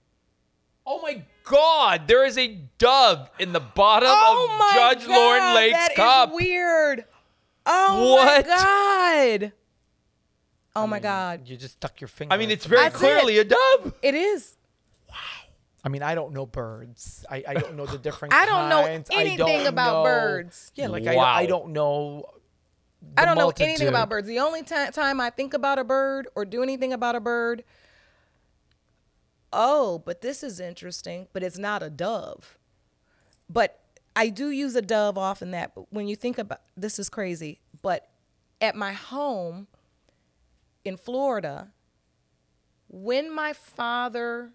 Speaker 2: Oh my god, there is a dove in the bottom
Speaker 3: Oh my
Speaker 2: of Judge
Speaker 3: God,
Speaker 2: Lauren Lake's
Speaker 3: that is
Speaker 2: cup.
Speaker 3: weird. Oh
Speaker 2: What?
Speaker 3: my God. Oh my
Speaker 1: I mean,
Speaker 3: God.
Speaker 1: You just stuck your finger.
Speaker 2: I mean,
Speaker 1: in
Speaker 2: it's very
Speaker 3: That's it.
Speaker 2: clearly a dove.
Speaker 3: It is.
Speaker 1: I mean, I don't know birds. I, I don't know the different.
Speaker 3: I don't know
Speaker 1: kinds. I
Speaker 3: anything
Speaker 1: don't
Speaker 3: about
Speaker 1: know-
Speaker 3: birds.
Speaker 1: Yeah, like
Speaker 2: Wow.
Speaker 1: I, I don't know.
Speaker 3: I
Speaker 1: the
Speaker 3: don't know anything
Speaker 1: multitude.
Speaker 3: about birds. The only ti- time I think about a bird or do anything about a bird, oh, but this is interesting, but it's not a dove. But I do use a dove often that but when you think about this is crazy, but at my home in Florida, when my father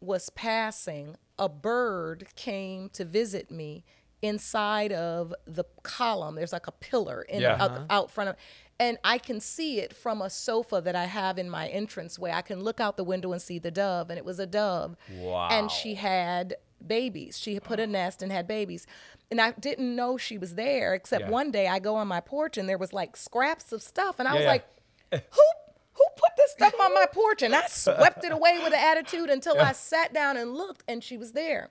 Speaker 3: was passing, a bird came to visit me inside of the column. There's like a pillar in
Speaker 2: Yeah.
Speaker 3: out, out front of, and I can see it from a sofa that I have in my entrance way. I can look out the window and see the dove, and it was a dove.
Speaker 2: Wow.
Speaker 3: And she had babies. She had put a nest and had babies, and I didn't know she was there. Except
Speaker 2: Yeah.
Speaker 3: one day I go on my porch and there was like scraps of stuff, and I was
Speaker 2: yeah.
Speaker 3: like who who put this stuff on my porch and I swept it away with an attitude until I sat down and looked and she was there.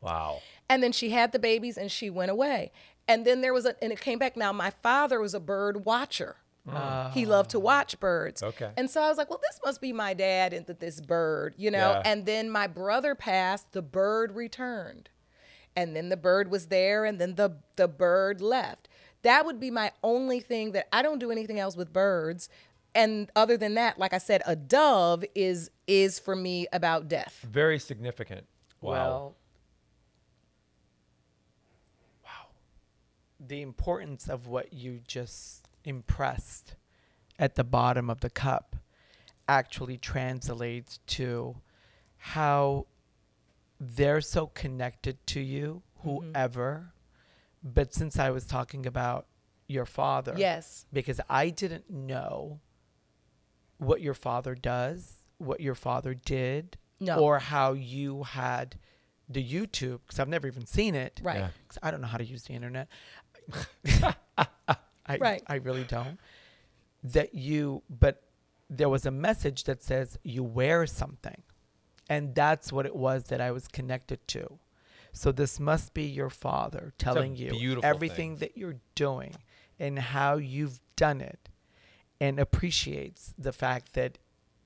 Speaker 2: Wow.
Speaker 3: And then she had the babies and she went away. And then there was a and it came back. Now my father was a bird watcher. he loved to watch birds.
Speaker 2: Mm. Ah. Okay.
Speaker 3: And so I was like, well, this must be my dad and th- this bird, you know.
Speaker 2: Yeah.
Speaker 3: And then my brother passed, the bird returned. And then the bird was there and then the the bird left. That would be my only thing that I don't do anything else with birds. And other than that, like I said, a dove is is for me about death.
Speaker 2: Very significant. Wow.
Speaker 1: Well. The importance of what you just impressed at the bottom of the cup actually translates to how they're so connected to you,
Speaker 3: Mm-hmm.
Speaker 1: whoever. But since I was talking about your father,
Speaker 3: Yes.
Speaker 1: because I didn't know what your father does, what your father did,
Speaker 3: No.
Speaker 1: or how you had the YouTube, because I've never even seen it.
Speaker 3: Right.
Speaker 2: Yeah.
Speaker 1: 'Cause I don't know how to use the internet. I,
Speaker 3: Right.
Speaker 1: I really don't. That you, but there was a message that says you wear something. And that's what it was that I was connected to. So this must be your father telling you
Speaker 2: beautiful
Speaker 1: everything that you're doing and how you've done it and appreciates the fact that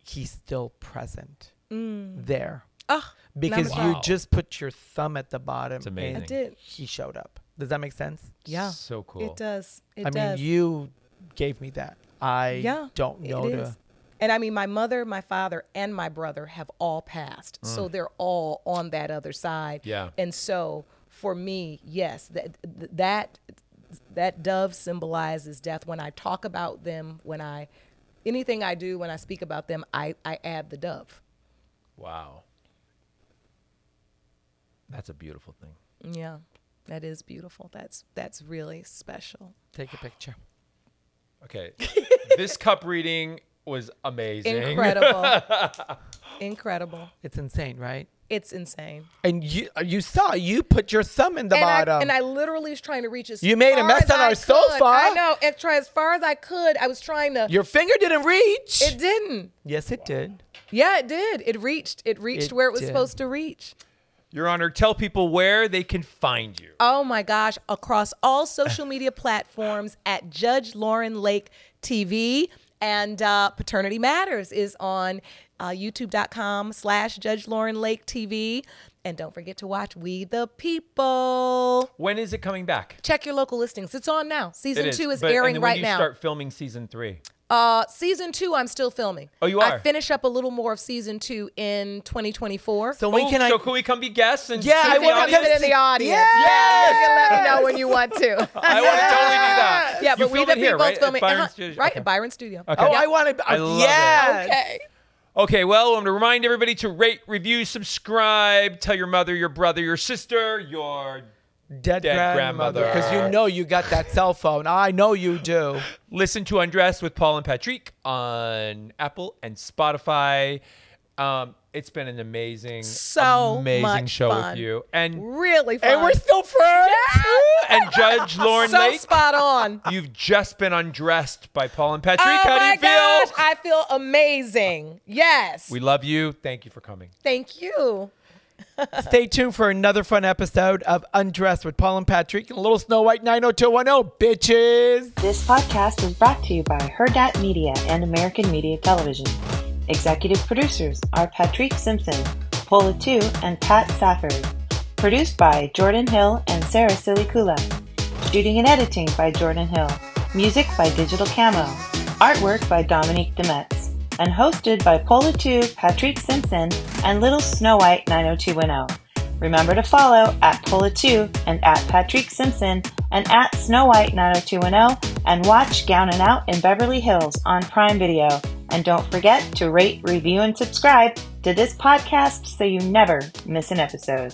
Speaker 1: he's still present there.
Speaker 3: Oh,
Speaker 1: because
Speaker 3: Not at
Speaker 1: you
Speaker 2: all.
Speaker 1: just put your thumb at the bottom. It's
Speaker 2: amazing.
Speaker 3: I did.
Speaker 1: He showed up. Does that make sense?
Speaker 3: Yeah.
Speaker 2: So cool.
Speaker 3: It does. It
Speaker 1: I
Speaker 3: does.
Speaker 1: mean, you gave me that. I
Speaker 3: yeah,
Speaker 1: don't know
Speaker 3: it
Speaker 1: to.
Speaker 3: is. And I mean, my mother, my father, and my brother have all passed, so
Speaker 1: Mm.
Speaker 3: they're all on that other side.
Speaker 2: Yeah.
Speaker 3: And so for me, yes, that that that dove symbolizes death. When I talk about them, when I anything I do, when I speak about them, I I add the dove.
Speaker 2: wow. That's a beautiful thing.
Speaker 3: Yeah, that is beautiful. That's that's really special.
Speaker 1: Take a picture.
Speaker 2: Okay. this cup reading was amazing.
Speaker 3: Incredible. Incredible.
Speaker 1: It's insane, right?
Speaker 3: It's insane.
Speaker 1: And you uh, you saw you put your thumb in the
Speaker 3: and
Speaker 1: bottom.
Speaker 3: I, and I literally was trying to reach as
Speaker 1: um, You made a
Speaker 3: far
Speaker 1: mess
Speaker 3: as
Speaker 1: on
Speaker 3: I
Speaker 1: our
Speaker 3: could.
Speaker 1: sofa.
Speaker 3: I know. And try as far as I could. I was trying to.
Speaker 1: your finger didn't reach.
Speaker 3: it didn't.
Speaker 1: yes, it did.
Speaker 3: Yeah, it did. It reached. It reached
Speaker 1: It
Speaker 3: where it was
Speaker 1: did.
Speaker 3: supposed to reach.
Speaker 2: Your Honor, tell people where they can find you.
Speaker 3: Oh my gosh! Across all social media platforms at Judge Lauren Lake TV and uh, Paternity Matters is on uh, YouTube.com/slash Judge Lauren Lake TV. And don't forget to watch We the People.
Speaker 2: When is it coming back?
Speaker 3: Check your local listings. It's on now. Season
Speaker 2: It is,
Speaker 3: two is
Speaker 2: but- and
Speaker 3: airing
Speaker 2: then when
Speaker 3: right
Speaker 2: you
Speaker 3: now.
Speaker 2: Start filming season three.
Speaker 3: Uh, season two, I'm still filming.
Speaker 2: Oh, you
Speaker 3: I
Speaker 2: are?
Speaker 3: finish up a little more of season two in 2024.
Speaker 1: So when
Speaker 2: Oh,
Speaker 1: can
Speaker 2: so
Speaker 1: I?
Speaker 2: can we come be guests? And
Speaker 1: Yeah,
Speaker 2: see
Speaker 1: I
Speaker 2: what
Speaker 1: wanna
Speaker 2: the
Speaker 1: come
Speaker 2: audience-
Speaker 1: sit in the audience. Yes!
Speaker 3: Yeah, you can let me know when you want to.
Speaker 2: I want to totally do that.
Speaker 3: yeah,
Speaker 2: you
Speaker 3: but we
Speaker 2: film
Speaker 3: the
Speaker 2: it here,
Speaker 3: people's
Speaker 2: right? At
Speaker 3: filming
Speaker 2: Byron
Speaker 3: uh-huh,
Speaker 2: Studios?
Speaker 3: right
Speaker 2: Okay.
Speaker 3: at Byron Studio.
Speaker 2: Okay.
Speaker 1: oh, I want to.
Speaker 2: I love it.
Speaker 1: yes.
Speaker 3: Okay.
Speaker 2: Okay, well, I'm going to remind everybody to rate, review, subscribe, tell your mother, your brother, your sister, your.
Speaker 1: Dead,
Speaker 2: Dead
Speaker 1: grandmother.
Speaker 2: grandmother.
Speaker 1: Because you know you got that cell phone. I know you do.
Speaker 2: Listen to Undress with Paul and Patrick on Apple and Spotify. Um, it's been an amazing,
Speaker 3: So
Speaker 2: amazing
Speaker 3: much
Speaker 2: show
Speaker 3: fun.
Speaker 2: with you. And,
Speaker 3: Really fun.
Speaker 1: And we're still friends.
Speaker 2: and Judge Lauren
Speaker 3: so
Speaker 2: Lake,
Speaker 3: spot on.
Speaker 2: you've just been undressed by Paul and Patrick.
Speaker 3: oh
Speaker 2: How do
Speaker 3: my
Speaker 2: you feel?
Speaker 3: gosh, I feel amazing. Yes.
Speaker 2: We love you. Thank you for coming.
Speaker 3: Thank you.
Speaker 1: Stay tuned for another fun episode of Undressed with Paul and Patrick and Little Snow White 90210, bitches.
Speaker 4: This podcast is brought to you by Her Dot Media and American Media Television. Executive producers are Patrick Simpson, Paula Tu, and Pat Safford. Produced by Jordan Hill and Sarah Silicula. Shooting and editing by Jordan Hill. Music by Digital Camo. Artwork by Dominique Demetz. And hosted by Paula Tu, Patrick Simpson, and Little Snow White 90210. Remember to follow at Pola2 and at Patrick Simpson and at Snow White 90210 and watch Gown and Out in Beverly Hills on Prime Video. And don't forget to rate, review, and subscribe to this podcast so you never miss an episode.